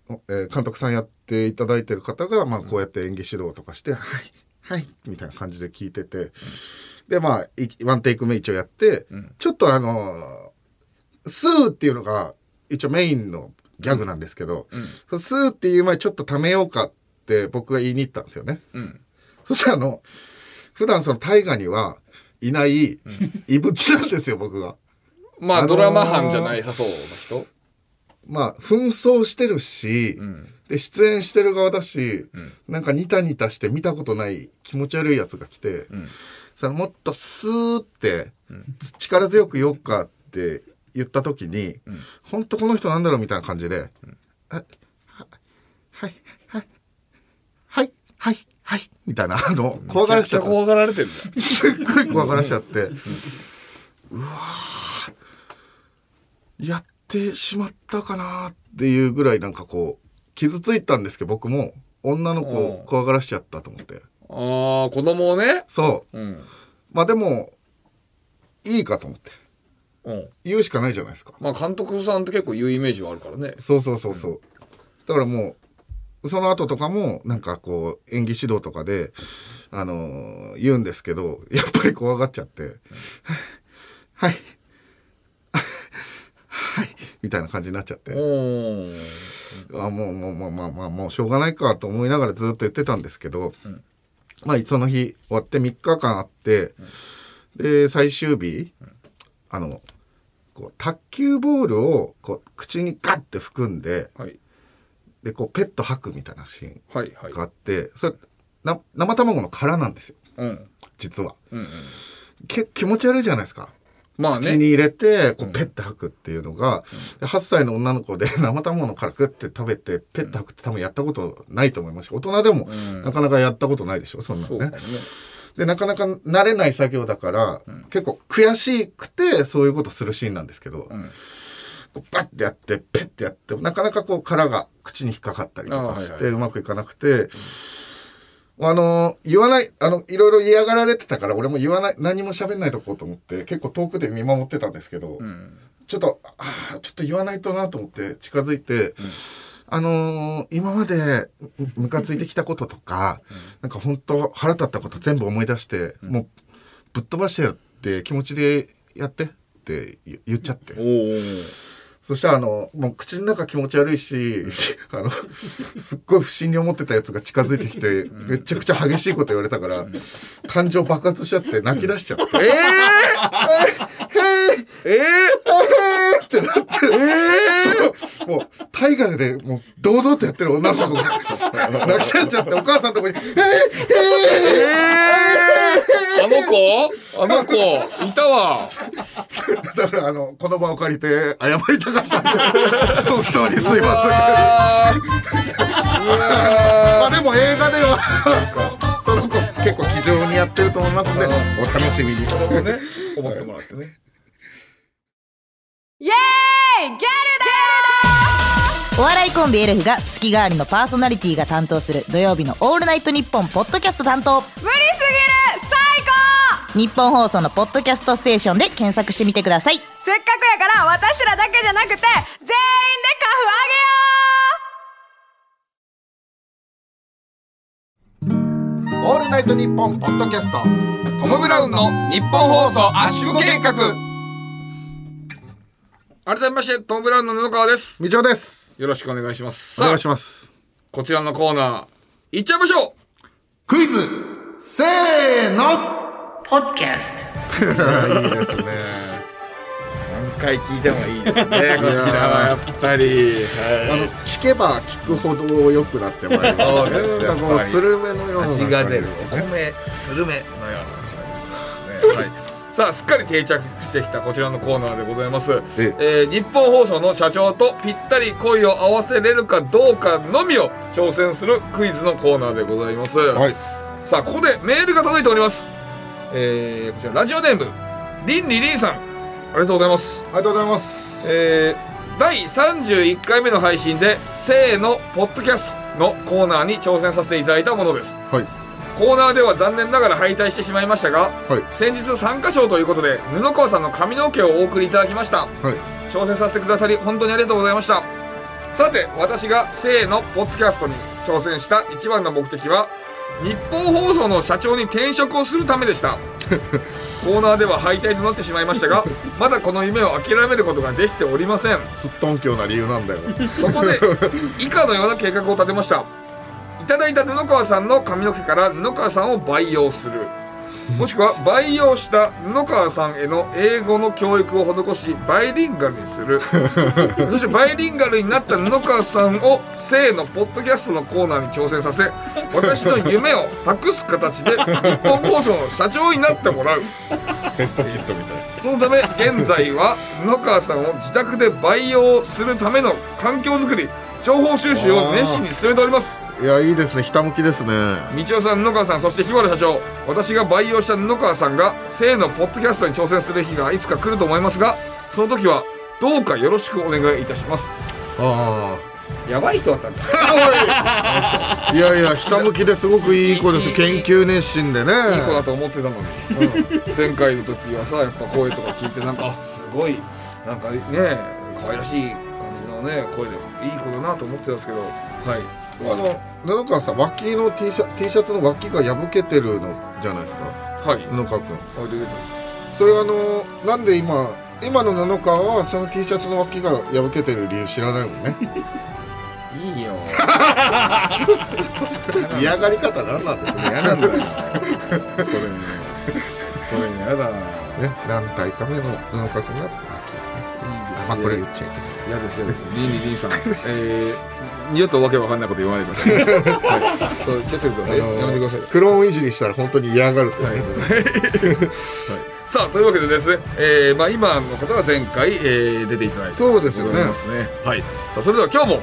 Speaker 1: えー監督さんやっていただいてる方が、まあ、こうやって演技指導とかして「はいはい」みたいな感じで聞いてて、でまあいワンテイク目一応やって、
Speaker 7: うん
Speaker 1: ちょっとあのースー」っていうのが一応メインのギャグなんですけど「そのスー」っていう前にちょっとためようかって僕が言いに行ったんですよね。
Speaker 7: うん
Speaker 1: そしたらあの、普段その大河にはいない異物なんですよ、僕が。
Speaker 7: まあ、
Speaker 1: あのー
Speaker 7: ドラマ班じゃないさそうな人
Speaker 1: まあ、紛争してるし、
Speaker 7: うん
Speaker 1: で、出演してる側だし、
Speaker 7: うん
Speaker 1: なんかニタニタして見たことない気持ち悪いやつが来て、
Speaker 7: ん
Speaker 1: そのもっとスーって、力強く言おうかって言った時に、ほんとこの人なんだろうみたいな感じで、あはい、はい、はい、はい、はい、みたいな、あの、怖が
Speaker 7: め
Speaker 1: ら
Speaker 7: ち
Speaker 1: せ
Speaker 7: ゃ
Speaker 1: ち
Speaker 7: くち
Speaker 1: ゃった
Speaker 7: ゃ怖がられてるんだ
Speaker 1: すっごい怖がらしちゃって、うわーやってしまったかなっていうぐらいなんかこう傷ついたんですけど僕も女の子を怖がらしちゃったと思って
Speaker 7: あー子供をね
Speaker 1: そう
Speaker 7: うん
Speaker 1: まあでもいいかと思って
Speaker 7: うん
Speaker 1: 言うしかないじゃないですか
Speaker 7: まあ監督さんって結構言うイメージはあるからね
Speaker 1: そうそうそうそう、だからもうその後とかもなんかこう演技指導とかで、あのー言うんですけどやっぱり怖がっちゃって「はいはい」みたいな感じになっちゃって、
Speaker 7: うん
Speaker 1: あもうもうもうまあまあもうしょうがないかと思いながらずっと言ってたんですけど、まあその日終わって3日間あって、で最終日、あのこう卓球ボールをこう口にガッて含んで
Speaker 7: はい
Speaker 1: でこうペット吐くみたいなシーン
Speaker 7: はいはい
Speaker 1: があって、それな生卵の殻なんですよ
Speaker 7: うん
Speaker 1: 実は
Speaker 7: うんうん
Speaker 1: け気持ち悪いじゃないですか
Speaker 7: まあ
Speaker 1: 口
Speaker 7: ね
Speaker 1: に入れてこうペッて吐くっていうのが、で8歳の女の子で [laughs] 生卵からグッて食べてペッて吐くって多分やったことないと思いますし大人でも
Speaker 7: うん
Speaker 1: なかなかやったことないでしょそんな
Speaker 7: そ
Speaker 1: の
Speaker 7: うかも
Speaker 1: ね
Speaker 7: ね。
Speaker 1: でなかなか慣れない作業だから、結構悔しくてそういうことするシーンなんですけど、
Speaker 7: ん
Speaker 1: こうバッてやってペッてやってなかなかこう殻が口に引っかかったりとかして、
Speaker 7: あーはいはいう
Speaker 1: まくいかなくて、あのー言わない、あの、いろいろ嫌がられてたから、俺も言わない、何も喋んないとこうと思って、結構遠くで見守ってたんですけど、ちょっと、あーちょっと言わないとなと思って近づいて、あのー今までむムカついてきたこととか、なんか本当腹立ったこと全部思い出して、もうぶっ飛ばしてやるって気持ちでやってって言言っちゃって。そしたら、あの、もう口の中気持ち悪いし、あの、すっごい不審に思ってたやつが近づいてきて、めちゃくちゃ激しいこと言われたから、感情爆発しちゃって泣き出しちゃって、
Speaker 2: ええ
Speaker 1: え
Speaker 2: え
Speaker 1: ーってなって、そのもう、大河でね、もう、堂々とやってる女の子が、泣き出しちゃって、お母さんのとこに、えー、え
Speaker 7: [laughs]
Speaker 1: ー、
Speaker 7: あの子あの子いたわ [laughs]
Speaker 1: だから、あの、この場を借りて、謝りたかったんで、本当にすいません。まあでも映画では、 [laughs] その子結構気丈にやってると思いますので、お楽しみに。
Speaker 7: これをね思ってもらってね
Speaker 8: イエーイギャルだよお笑いコンビエルフが月替わりのパーソナリティが担当する土曜日の「オールナイトニッポン」ポッドキャスト担当無理すぎる最高日本放送のポッドキャストステーションで検索してみてくださいせっかくやから私らだけじゃなくて全員でカフあげよ
Speaker 1: オールナイトニッポンポッドキャスト。
Speaker 7: トム・ブラウンの日本放送圧縮計画
Speaker 2: 改めましてトム・ブラウンの布川です
Speaker 1: みちおです。
Speaker 2: よろしくお願いします
Speaker 1: お願
Speaker 2: さ
Speaker 1: いし
Speaker 2: あ
Speaker 1: ます。
Speaker 2: こちらのコーナーいっちゃいましょう
Speaker 1: クイズ、せーの
Speaker 9: ポッドキャス
Speaker 1: いいですね。
Speaker 2: 一回聞いてもいいですねこちらはやっぱり
Speaker 1: あの、聞けば聞くほど良くなって [laughs] ます。
Speaker 2: そうですね
Speaker 1: なんかこう、スルメのような感じ
Speaker 2: 味が出る
Speaker 1: です
Speaker 2: お米スルメのような感じですね、はい、さあすっかり定着してきたこちらのコーナーでございます
Speaker 1: え、
Speaker 2: えー日本放送の社長とぴったり声を合わせれるかどうかのみを挑戦するクイズのコーナーでございます、
Speaker 1: はい。
Speaker 2: さあここでメールが届いておりますえー、こちらラジオネームりんりりんさんありがとうございます
Speaker 1: ありがとうございます。
Speaker 2: えー第31回目の配信で「せーのポッドキャスト」のコーナーに挑戦させていただいたものです、
Speaker 1: はい
Speaker 2: コーナーでは残念ながら敗退してしまいましたが、
Speaker 1: はい
Speaker 2: 先日参加賞ということで布川さんの髪の毛をお送りいただきました
Speaker 1: はい。
Speaker 2: 挑戦させてくださり本当にありがとうございましたさて私が「せーのポッドキャスト」に挑戦した一番の目的は日本放送の社長に転職をするためでした [laughs] コーナーでは敗退となってしまいましたがまだこの夢を諦めることができておりません
Speaker 1: すっとんきょうな理由なん [laughs] だよ。
Speaker 2: そこで以下のような計画を立てましたいただいた布川さんの髪の毛から布川さんを培養するもしくは培養した布川さんへの英語の教育を施しバイリンガルにするそしてバイリンガルになった布川さんを生のポッドキャストのコーナーに挑戦させ私の夢を託す形で日本放送の社長になってもらう
Speaker 1: テストキットみたいな。
Speaker 2: そのため現在は野川さんを自宅で培養するための環境づくり情報収集を熱心に進めております
Speaker 1: いや、いいですね。ひたむきですね。
Speaker 2: 道夫さん野川さんそして日原社長私が培養した野川さんが生のポッドキャストに挑戦する日がいつか来ると思いますがその時はどうかよろしくお願いいたします
Speaker 1: あ
Speaker 7: やばい人だったんじゃない
Speaker 1: あ。いやいや、ひたむきですごくいい子です。
Speaker 2: いい
Speaker 1: 研究熱心でね。
Speaker 2: いい子だと思ってたのに、前回の時はさやっぱ声とか聞いてなんかあすごいなんかね可愛らしい感じのね声でいい子だなと思ってたんですけどはい
Speaker 1: あの、布川さん、脇の T シャ T シャツの脇が破けてるのじゃないですか。
Speaker 2: はい
Speaker 1: 布川君。
Speaker 2: あ出てたんです
Speaker 1: それはあの、なんで今、今の布川はその T シャツの脇が破けてる理由知らないもんね。
Speaker 2: いいよ
Speaker 1: [laughs] 嫌がり方なんなんですね。
Speaker 2: 嫌なんだよそれにそれに嫌だな
Speaker 1: ね、何回か目の布川君が脇ですね。まあ、これ言っちゃいけない。
Speaker 2: 嫌です嫌ですリンリリンさんえー、二度とわけわかんないこと言わないでください、はい、そう気をつけてください、やめてください
Speaker 1: クローンいじりしたら本当に嫌がると思う、
Speaker 2: さあというわけでですね、えーまあ、今の方が前回、えー出ていただいて
Speaker 1: そうですよね
Speaker 2: ますねはい、さあそれでは今日も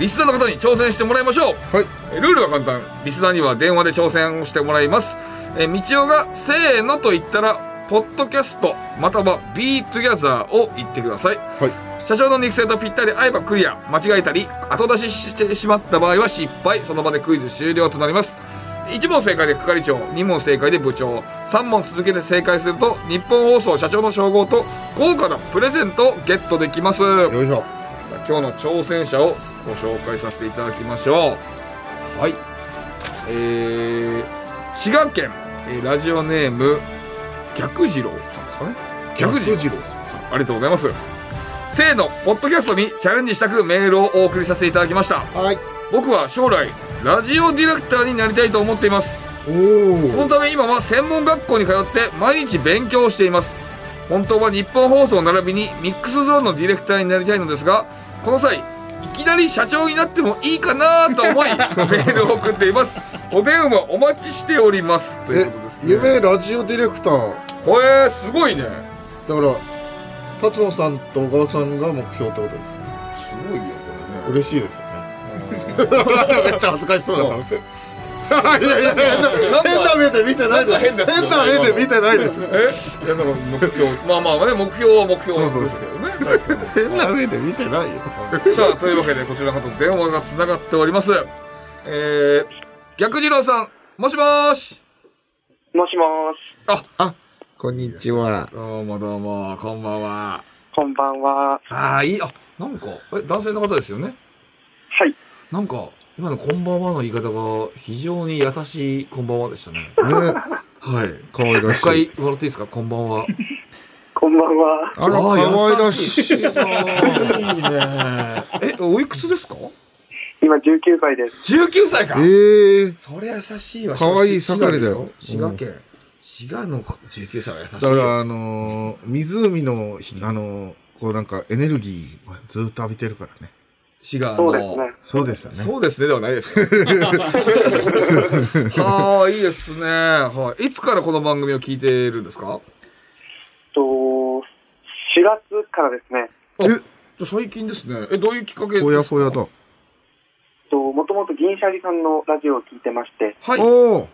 Speaker 2: リスナーの方に挑戦してもらいましょう、
Speaker 1: はい
Speaker 2: えールールは簡単リスナーには電話で挑戦をしてもらいます、えー、道夫が「せーの」と言ったら「ポッドキャスト」または「ビートゥギャザー」を言ってください
Speaker 1: はい
Speaker 2: 社長の肉声とぴったり合えばクリア間違えたり後出ししてしまった場合は失敗その場でクイズ終了となります1問正解で係長2問正解で部長3問続けて正解すると日本放送社長の称号と豪華なプレゼントをゲットできます
Speaker 1: よいしょ
Speaker 2: さあ今日の挑戦者をご紹介させていただきましょうはいえー、滋賀県、えーラジオネーム逆次郎さんですかね逆次郎さんありがとうございますせーのポッドキャストにチャレンジしたくメールをお送りさせていただきました
Speaker 1: はい
Speaker 2: 僕は将来ラジオディレクターになりたいと思っています
Speaker 1: おー
Speaker 2: そのため今は専門学校に通って毎日勉強しています本当は日本放送並びにミックスゾーンのディレクターになりたいのですがこの際いきなり社長になってもいいかな
Speaker 1: [laughs]
Speaker 2: と思いメールを送っていますお電話お待ちしておりますという
Speaker 1: え
Speaker 2: ことですね
Speaker 1: 夢ラジオディレクター
Speaker 2: ほえー、すごいね
Speaker 1: だから辰野さんと小川さんが目標ってことです
Speaker 2: すごいよこ
Speaker 1: 嬉しいですよねめっちゃ恥ずかしそうな顔してるいやいやいや
Speaker 2: なんか
Speaker 1: 変な目で見てないです
Speaker 2: なんか変ですよね
Speaker 1: 変な目で見てないです
Speaker 2: れねえいやだから目標まあまあね目標は目標
Speaker 1: そうそうそう
Speaker 2: ですけどね確かに
Speaker 1: [laughs] 変な目で見てないよ
Speaker 2: さあというわけでこちらの方と電話がつながっておりますえー、逆次郎さんもしもーし
Speaker 9: もしもーし、
Speaker 1: こんにちは
Speaker 2: どうもどうもこんばんは
Speaker 9: こんばんは。
Speaker 2: ああいいあなんかえ男性の方ですよね
Speaker 9: はい。
Speaker 2: なんか今のこんばんはの言い方が非常に優しいこんばんはでしたね
Speaker 1: ね
Speaker 2: はいもう
Speaker 1: 可愛ら
Speaker 2: 一
Speaker 1: しい
Speaker 2: 回笑っていいですかこんばんは
Speaker 9: こんばんは。
Speaker 1: あら
Speaker 2: あ
Speaker 1: 可
Speaker 2: ー
Speaker 1: 愛らしいな
Speaker 2: えおいくつですか
Speaker 9: 今19歳です。
Speaker 2: 19歳か
Speaker 1: ええ
Speaker 2: そりゃ優しいわ
Speaker 1: 可愛い盛りだよ
Speaker 2: 滋賀県滋賀の19歳は優しい
Speaker 1: だからあのー湖のひあのーこうなんかエネルギーずーっと浴びてるからね
Speaker 2: 滋賀の
Speaker 9: そうですね。
Speaker 1: そうですよね
Speaker 2: そうですねではな
Speaker 1: [laughs]
Speaker 2: いですよ。はあいいですね。はい。いつからこの番組を聞いているんですか。
Speaker 9: と、4月からですね。
Speaker 2: じゃ最近ですね。えどういうきっかけですか。
Speaker 1: ほやほやだ
Speaker 9: と、もともと銀シャリさんのラジオを聞いてまして、
Speaker 2: はい。
Speaker 1: おー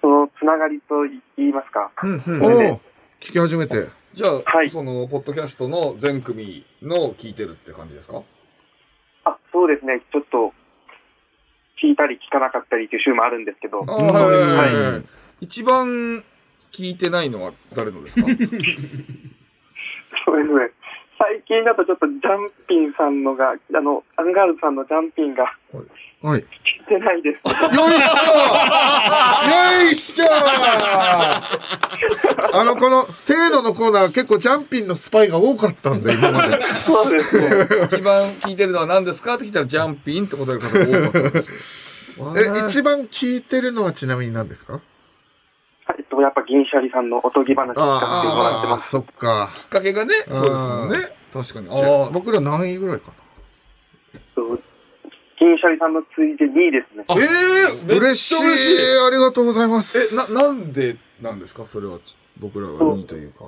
Speaker 9: そのつながりと言いますか。
Speaker 2: うんう
Speaker 1: お
Speaker 2: ん。
Speaker 1: ー聞き始めて
Speaker 2: じゃあ、
Speaker 9: はい
Speaker 2: そのポッドキャストの全組の聞いてるって感じですか。
Speaker 9: あ、そうですね。ちょっと、聞いたり聞かなかったりという週もあるんですけど、
Speaker 2: あ
Speaker 1: うん
Speaker 2: はいはいは
Speaker 1: う
Speaker 2: い。一番聞いてないのは誰の
Speaker 1: [laughs]
Speaker 2: ですか。
Speaker 9: そうですね。最近だとちょっとジャンピンさんのが、あの、アンガールズさんのジャンピンが [laughs]
Speaker 1: はい
Speaker 9: 聞いてないです。
Speaker 1: よいしょよい
Speaker 2: [laughs]
Speaker 1: しょあの、この、制度のコーナー、結構ジャンピンのスパイが多かったんで、今まで。。
Speaker 9: [laughs]
Speaker 2: [laughs]
Speaker 9: そうですね。
Speaker 2: 一番聞いてるのは何ですかって聞いたらジャンピンって答える方が多かったんですよ
Speaker 1: え、一番聞いてるのはちなみに何ですか
Speaker 9: はい、と、やっぱ銀シャリさんのおとぎ話聞かせてもらっ
Speaker 1: あ
Speaker 9: てま
Speaker 1: あ、
Speaker 9: す。
Speaker 1: そっか。
Speaker 2: きっかけがね。そうですもんね。確かに。
Speaker 1: じ
Speaker 2: あ
Speaker 1: ゃ
Speaker 2: あ
Speaker 1: あ、僕ら何位ぐらいか
Speaker 9: と銀シャリさんのついで2位ですね。
Speaker 2: ええ
Speaker 1: な
Speaker 2: めっちゃ
Speaker 1: 嬉しいありがとうございま
Speaker 2: え
Speaker 1: す。
Speaker 2: ななんでなんですかそれはち僕らが2位というか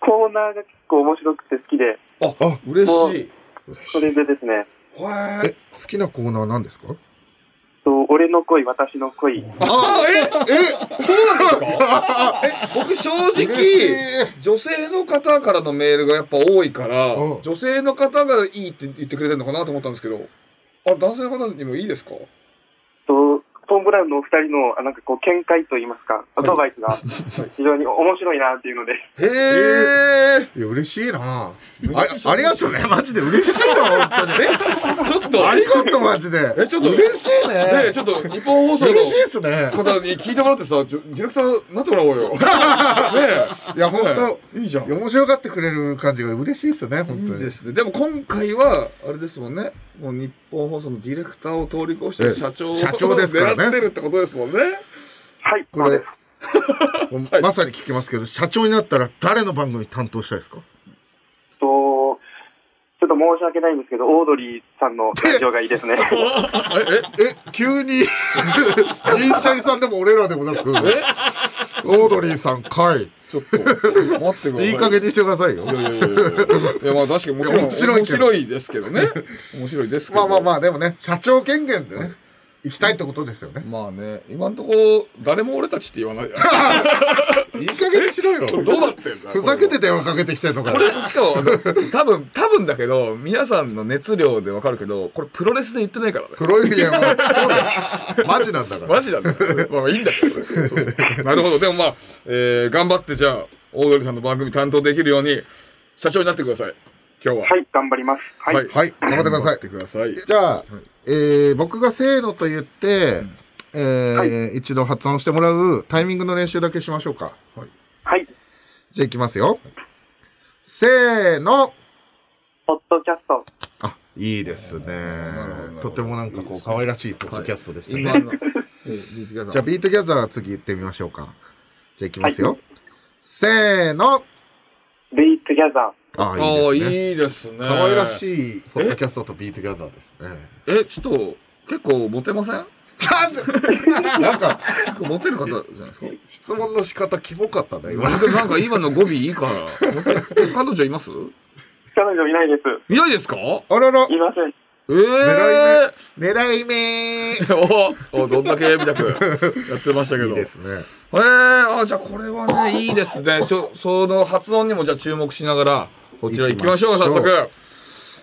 Speaker 9: コーナーが結構面白くて好きで、
Speaker 1: あ、
Speaker 2: 嬉しい
Speaker 9: それでですね、
Speaker 2: は
Speaker 1: え、好きなコーナー何ですか
Speaker 9: と俺の恋、私の恋。
Speaker 2: あえ
Speaker 1: え、
Speaker 2: そうなんですかえ僕正
Speaker 1: 嬉しい
Speaker 2: 直女性の方からのメールがやっぱ多いから
Speaker 1: うん
Speaker 2: 女性の方がいいって言ってくれてるのかなと思ったんですけどあ男性の方にもいいですか
Speaker 9: とトム・ブラウンのお二人の、あなんかこう、見解といいますか、アドバイス [laughs] が非常に面白いなっていうので、
Speaker 2: へえ
Speaker 1: いや、嬉しいなあありがとうね。マジで嬉しいな、本
Speaker 2: ちょっ
Speaker 1: 当に。
Speaker 2: と
Speaker 1: ありがとう、マジで。
Speaker 2: えちょっと
Speaker 1: 嬉しい
Speaker 2: ね
Speaker 1: ね。
Speaker 2: ちょっと日本放送の
Speaker 1: 嬉しいっすね。
Speaker 2: 方に聞いてもらってさちょディレクターになってもらおう
Speaker 1: [laughs]
Speaker 2: よねえ
Speaker 1: いや、本当
Speaker 2: いいじゃん
Speaker 1: 面白がってくれる感じが嬉しいっすね、本
Speaker 2: い
Speaker 1: 当
Speaker 2: い
Speaker 1: に。
Speaker 2: ですね。でも今回は、あれですもんね。もう日本放送のディレクターを通り越して
Speaker 1: え
Speaker 2: 社長を
Speaker 1: 社長ですからね
Speaker 2: 狙ってるってことですもんね。
Speaker 9: はい、
Speaker 1: こ
Speaker 9: そう
Speaker 1: れ
Speaker 9: です、
Speaker 1: もうまさに聞きますけど、社長になったら誰の番組担当したいですか
Speaker 9: と、ちょっと申し訳ないんですけど、オードリーさんのラジオがいいですね。
Speaker 1: え、急
Speaker 2: [laughs]
Speaker 1: に、銀シャリさんでも俺らでもなく、オードリーさんかい。
Speaker 2: ちょっと、待ってください。
Speaker 1: いい加減にしてくださいよ
Speaker 2: い。やいやいやいや。いや、まあ確かにもちろん
Speaker 1: 面白いけど
Speaker 2: 面白いですけどね。面白いですけ
Speaker 1: まあ
Speaker 2: ど。
Speaker 1: まあまあ、でもね、社長権限でね、行きたいってことですよね。
Speaker 2: まあね、今んとこ、誰も俺たちって言わない。
Speaker 1: いい加減にしろよ。
Speaker 2: どうなってんだ
Speaker 1: ふざけて電話かけてきてるのか
Speaker 2: こ
Speaker 1: な
Speaker 2: れ、しかも、あの多分、多分だけど、皆さんの熱量でわかるけど、これプロレスで言ってないからね。
Speaker 1: 黒い家もうそうだよ。マジなんだから。
Speaker 2: マジなんだよね。まあまあいいんだけどね。そうそうなるほど。でもまあ、えー、頑張ってじゃあ、大鳥さんの番組担当できるように、社長になってください。今日は。
Speaker 9: はい、頑張ります。はい。
Speaker 2: はい
Speaker 1: はい、頑張ってくださ
Speaker 2: 頑張
Speaker 1: い
Speaker 2: っ。てください。
Speaker 1: じゃあ、えー僕がせーのと言って、えー一度発音してもらうタイミングの練習だけしましょうか。
Speaker 9: はい。
Speaker 1: じゃあいきますよ。せーの。
Speaker 9: ポッドキャスト。
Speaker 1: あ、いいですね
Speaker 2: るほどなるほ。ど
Speaker 1: とてもなんかこう、可愛らしいポッドキャストでしたね。
Speaker 2: 今の、えー、見てくだ
Speaker 1: じ
Speaker 2: さ
Speaker 1: ゃあ、
Speaker 2: い。
Speaker 1: ビートギャザー次行ってみましょうか。じゃあいきますよ。せーの。
Speaker 9: ビートギャザー。
Speaker 1: あ、
Speaker 2: ああ、
Speaker 1: い
Speaker 2: い
Speaker 1: いですね。
Speaker 2: いですね。
Speaker 1: 可愛ら
Speaker 2: い。
Speaker 1: しいポッドキャストとビートギャザーですね。
Speaker 2: え、ちょっと、結構モテません
Speaker 1: なんか、
Speaker 2: 結構モテる方じゃないですか。
Speaker 1: 質問の仕方キモかったね、今。
Speaker 2: なんか今の語尾いいから。モテる彼女います
Speaker 9: 彼女いないです。
Speaker 2: いないですか
Speaker 1: あらら
Speaker 9: い、ません。
Speaker 2: ええ
Speaker 1: 狙い目い
Speaker 2: ー。 [laughs] おお、どんだけみたくやってましたけど。
Speaker 1: いですね。
Speaker 2: えー、あじゃあこれはねいいですねちょその発音にもじゃあ注目しながらこちら行きましょ
Speaker 1: 行
Speaker 2: う
Speaker 1: きま
Speaker 2: 早
Speaker 1: しょう
Speaker 2: 速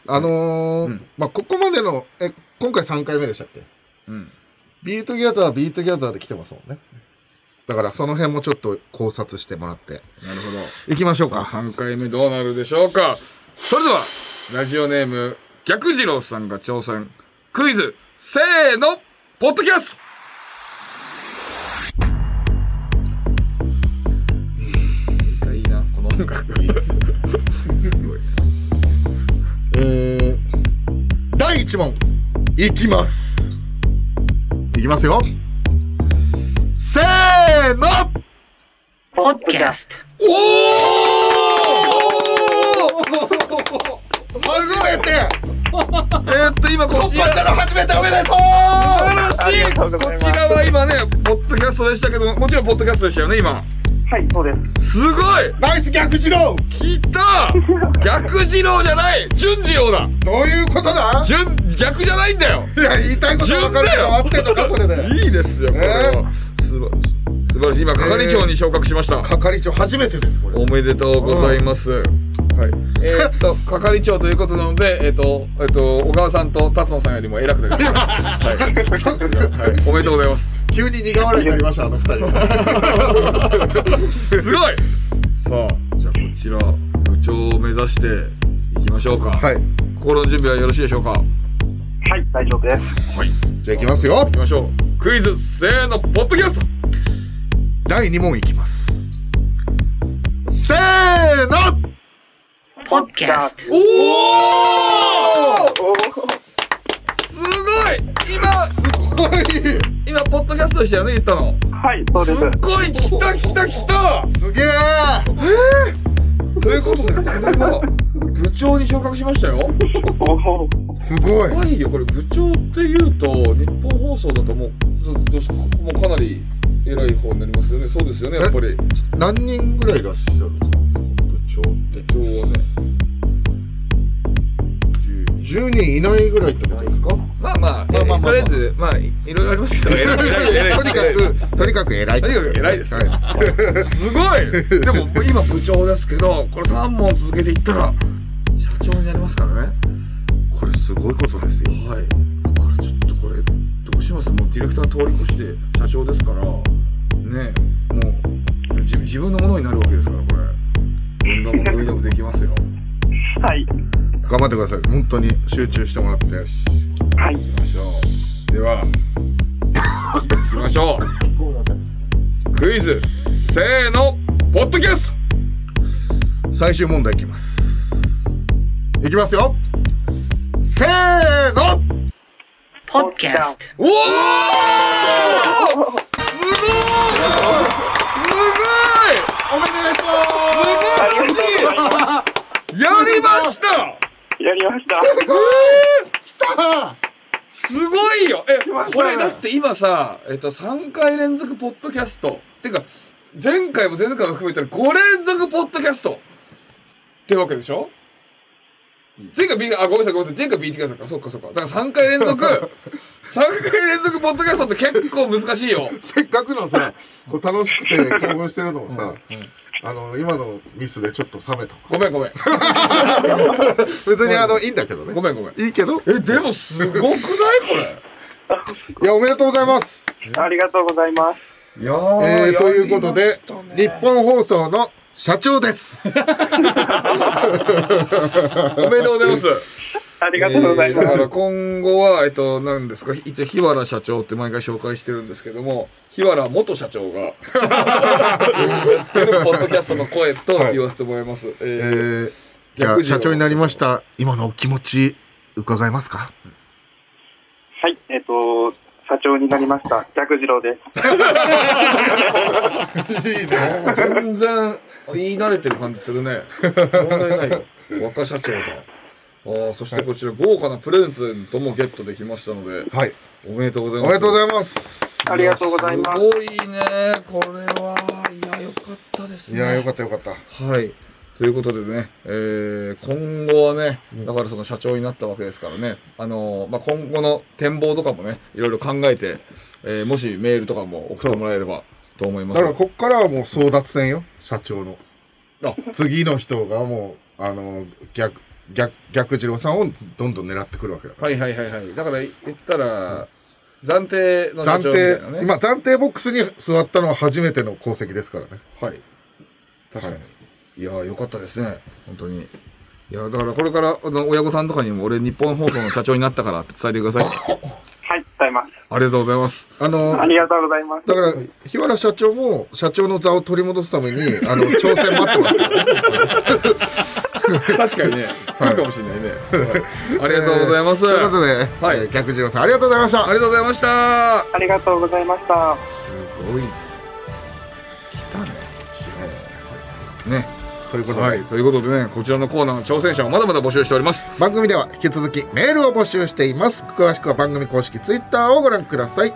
Speaker 1: あのーまあ、ここまでの、え、今回3回目でしたっけ
Speaker 2: うん
Speaker 1: ビートギャザーはビートギャザーで来てますもんね。だからその辺もちょっと考察してもらって。
Speaker 2: なる
Speaker 1: いきましょう
Speaker 2: ほど
Speaker 1: か。
Speaker 2: 3回目どうなるでしょうかそれではラジオネーム逆次郎さんが挑戦クイズせーのポッドキャストいいなこの音楽いいですごい
Speaker 1: えー、第1問、いきます。いきますよ。せーの
Speaker 9: ポッドキャスト。
Speaker 1: 初めて
Speaker 2: えー、っと今こっち
Speaker 1: 突破したの初めておめでとう
Speaker 2: 素晴らしいこちらは今ねポッドキャストでしたけどもちろんポッドキャストでしたよね今
Speaker 9: はい、そうです。
Speaker 2: すごい
Speaker 1: ナイス逆次郎
Speaker 2: 来た逆次郎じゃない順次郎だ
Speaker 1: どういうことだ
Speaker 2: 順逆じゃないんだよ
Speaker 1: いや、言いたいこと分かる人合ってんのか、それで。
Speaker 2: いいですよこれ
Speaker 1: ね
Speaker 2: はすば素晴らしい今係長に昇格しました、
Speaker 1: 係長初めてです、これ。
Speaker 2: おめでとうございますはい、えーっと係長ということなのでえーっとえーっと小川さんと達野さんよりも偉く [laughs] なりましたはい、はい、おめでとうございます
Speaker 1: 急に苦笑いになりました、あの二人
Speaker 2: すごいさあじゃあこちら部長を目指していきましょうか、
Speaker 1: はい。
Speaker 2: 心の準備はよろしいでしょうかは
Speaker 9: はい、大丈夫です。
Speaker 2: い
Speaker 1: じゃあ行きますよ
Speaker 2: 行き。ましょうクイズせーのポッドキャスト
Speaker 1: 第2問いきます。せーの
Speaker 9: ポッドキャスト。
Speaker 2: おおすごい今
Speaker 1: はい
Speaker 2: 今ポッドキャストでしたよね言ったの
Speaker 9: はい、そうです。
Speaker 2: すごい来た来た来た
Speaker 1: すげえ
Speaker 2: ということでこれは部長に昇格しましたよ
Speaker 9: おお。
Speaker 1: すごい
Speaker 2: 怖いよこれ部長っていうと日本放送だともうずっともうかなり偉い方になりますよねそうですよねやっぱり
Speaker 1: 何人ぐらいいらっしゃるんですか部長って。
Speaker 2: 部長はね
Speaker 1: 10人いないぐらいってことですか
Speaker 2: まあま
Speaker 1: まあまあ
Speaker 2: あ、
Speaker 1: まあまあ
Speaker 2: とりあえず、まあ、いいろいろありますけど、偉い、偉い、偉い。
Speaker 1: とにかく、とにかく偉いってこと
Speaker 2: とに
Speaker 1: は
Speaker 2: すごいでも、今部長ですけど、これ3問続けていったら、社長になりますから
Speaker 1: い
Speaker 2: ね。
Speaker 1: これすごいことですよ。
Speaker 2: はい。だからちょっとこれ、どうしますもうディレクター通り越して、社長ですから、ねえ、もう、じ自分のものになるわけですから、これ。どんなものでもできますよ。
Speaker 9: はい。
Speaker 1: 頑張ってください。本当に集中してもらって。行
Speaker 9: はい。
Speaker 1: きましょ
Speaker 2: では、行きましょう。
Speaker 1: う。ごめんなさい。
Speaker 2: クイズ、せーの、ポッドキャスト
Speaker 1: 最終問題いきますいきますよせーの
Speaker 9: ポッドキャスト。
Speaker 1: [laughs]
Speaker 2: おおすごいす
Speaker 1: おめでと
Speaker 2: ごい素晴らしいやりました
Speaker 9: やりました。
Speaker 2: すごいよえ、
Speaker 1: ましたね
Speaker 2: これだって今さ、えっと、3回連続ポッドキャスト。てか、前回も前々回も含めたら5連続ポッドキャストってわけでしょ前回 B、あ、ごめんなさい、ごめんなさい。前回 BT がさ、そっかそっか。だから3
Speaker 1: [laughs]
Speaker 2: 回連続、3回連続ポッドキャストって結構難しいよ。
Speaker 1: [laughs] せっかくのさ、こう楽しくて興奮してるのもさ、あの、今のミスでちょっと冷めた。
Speaker 2: ごめんごめん。
Speaker 1: 別にあの、いいんだけどね。
Speaker 2: ごめんごめん。
Speaker 1: いいけど。
Speaker 2: え、でもすごくないこれ。
Speaker 1: いや、おめでとうございます。
Speaker 9: ありがとうございます。
Speaker 5: いやー
Speaker 1: えー、ということ
Speaker 5: やりま
Speaker 1: で
Speaker 5: したね、
Speaker 1: 日本放送の社長
Speaker 5: [laughs]
Speaker 1: です。
Speaker 2: おめでとうございます。
Speaker 9: ありがとうござ
Speaker 2: え
Speaker 9: いま
Speaker 2: ーだ
Speaker 9: す。
Speaker 2: から今後は、えっと、何ですか、一応、日原社長って毎回紹介してるんですけども、日原元社長がやってるポッドキャストの声と言わせてもらいます。え
Speaker 1: え
Speaker 2: ー
Speaker 1: ー、じゃあ、社長になりました。今のお気持ち、伺えますか
Speaker 9: はい、えっ、と、社長になりました。逆次郎です。
Speaker 2: 全然言い慣れてる感じするね。問題ないよ。若社長だ。ああ、そしてこちら豪華なプレゼントもゲットできましたので、
Speaker 1: はい。
Speaker 2: おめでとうござい
Speaker 1: お
Speaker 2: ます。
Speaker 1: めでとうございます。
Speaker 9: ありがとうございますす。
Speaker 2: ごいね。これは、いや、よかったです
Speaker 1: い
Speaker 2: ね。
Speaker 1: や、よかったよかった。
Speaker 2: はい。ということでね、えー今後はね、だからその社長になったわけですからね、あのーまあ、今後の展望とかもね、いろいろ考えて、えーもしメールとかも送ってもらえればと思いま
Speaker 1: だ
Speaker 2: す。
Speaker 1: から、こっからはもう争奪戦よ、社長の。
Speaker 2: あ
Speaker 1: 次の人がもう、あの、逆、逆、逆次郎さんをどんどん狙ってくるわけだから。
Speaker 2: はいはいはいはい。だから言ったら、暫定の社
Speaker 1: 暫
Speaker 2: 長みたい
Speaker 1: 定
Speaker 2: な、ね。
Speaker 1: 今、暫定ボックスに座ったのは初めての功績ですからね。
Speaker 2: はい。確かに。い、やー、よかったですね。本当に。いやーだからこれから、あの、親御さんとかにも、俺、日本放送の社長になったからって伝えてください。あ
Speaker 9: はい、伝えます。
Speaker 2: りがとうございます。
Speaker 1: あの
Speaker 9: あ、りがとうございます。
Speaker 1: だから、日原社長も社長の座を取り戻すために、あの、挑戦待ってますからね。
Speaker 2: 確かにね、来るかもしれないね。はいありがとうございます。
Speaker 1: えーということで、
Speaker 2: はい
Speaker 1: えー逆次郎さん、ありがとうございました。
Speaker 2: ありがとうございました。
Speaker 9: ありがとうございました。
Speaker 2: すごい。来たね。ね。
Speaker 1: ということで、
Speaker 2: はい。ということでね、こちらのコーナーの挑戦者をまだまだ募集しております。
Speaker 1: 番組では引き続きメールを募集しています。詳しくは番組公式ツイッターをご覧ください。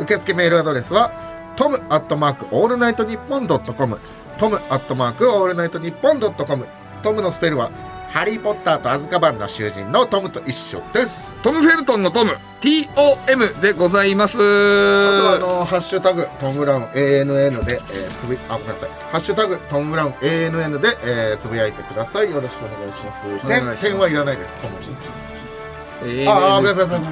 Speaker 1: 受付メールアドレスは、トムアットマークオールナイトニッポンドットコム、トムアットマークオールナイトニッポンドットコム、トムのスペルは、ハリー・ポッターとアズカバンの囚人のトムと一緒です。
Speaker 2: トム・フェルトンのトム TOM でございます
Speaker 1: あとはあのハッシュタグトム・ブラウン ANN で、えー、つぶあごめんなさいハッシュタグトム・ブラウン ANN で、えー、つぶやいてくださいよろしくお願いします
Speaker 2: 願いします
Speaker 1: 点点はいらないですトム
Speaker 2: えー
Speaker 1: ああべべべべべハ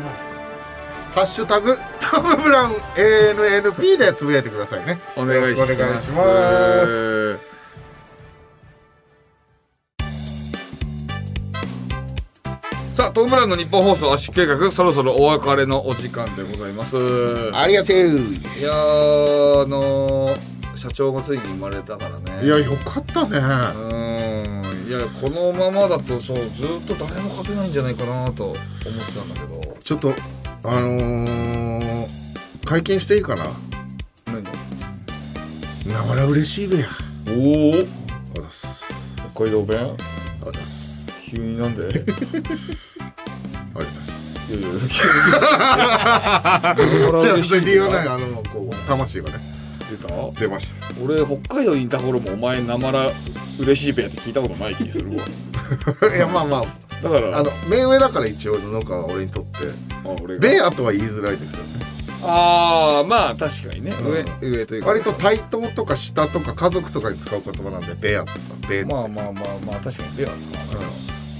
Speaker 1: ッシュタグ [laughs] トム・ブラウン ANNP でつぶやいてくださいね
Speaker 2: お願いし
Speaker 1: よろ
Speaker 2: ま
Speaker 1: し
Speaker 2: す
Speaker 1: くお願いします
Speaker 2: さあトム・ブラウンの日本放送圧縮計画そろそろお別れのお時間でございます
Speaker 1: ありがとう
Speaker 2: いやーあのー社長がついに生まれたからね
Speaker 1: いやよかったね
Speaker 2: うーんいやこのままだとそうずっと誰も勝てないんじゃないかなと思ってたんだけど
Speaker 1: ちょっとあのー、会見していいかな
Speaker 2: 何
Speaker 1: なまら嬉しいべや
Speaker 2: おお
Speaker 1: おだす
Speaker 2: 北海道弁
Speaker 1: おだす
Speaker 2: 急になんで
Speaker 1: おだす
Speaker 2: いやいや、俺
Speaker 1: いや
Speaker 2: は嬉
Speaker 1: 別
Speaker 2: しい
Speaker 1: に理由はないあのこう魂がね
Speaker 2: 出た
Speaker 1: 出ました [laughs]
Speaker 2: 俺、北海道にいた頃もお前、なまら嬉しいべって聞いたことない気するわ。
Speaker 1: いやまあまあ
Speaker 2: だから、
Speaker 1: あの目上だから一応農家は俺にとって
Speaker 2: あ俺が
Speaker 1: であとは言いづらいですよね
Speaker 2: ああ、まあ確かにね、
Speaker 1: う
Speaker 2: 上、上というか。
Speaker 1: 割と対等とか下とか家族とかに使う言葉なんでベアとかベ
Speaker 2: まあまあまあまあ、確かにベア使わないな。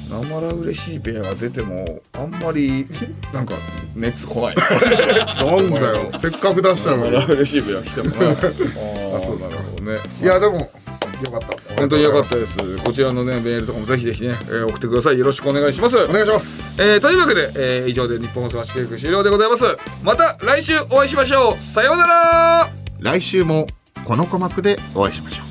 Speaker 2: なまら嬉しいベアが出ても、あんまり、なんか、熱来 [laughs] ない。
Speaker 1: なんだ
Speaker 2: [laughs]
Speaker 1: よせっかく出した
Speaker 2: な
Speaker 1: の
Speaker 2: ま
Speaker 1: に
Speaker 2: ら嬉しいベア来てもな。あー
Speaker 1: あそうですか
Speaker 2: なるほどね。
Speaker 1: いやでもよかった
Speaker 2: 本当に良かったです。こちらのね、メールとかもぜひぜひね、えー送ってください。よろしくお願いします。
Speaker 1: お願いします
Speaker 2: えーというわけで、えー以上で日本放送圧縮計画終了でございますまた来週お会いしましょうさようなら
Speaker 1: 来週もこの鼓膜でお会いしましょう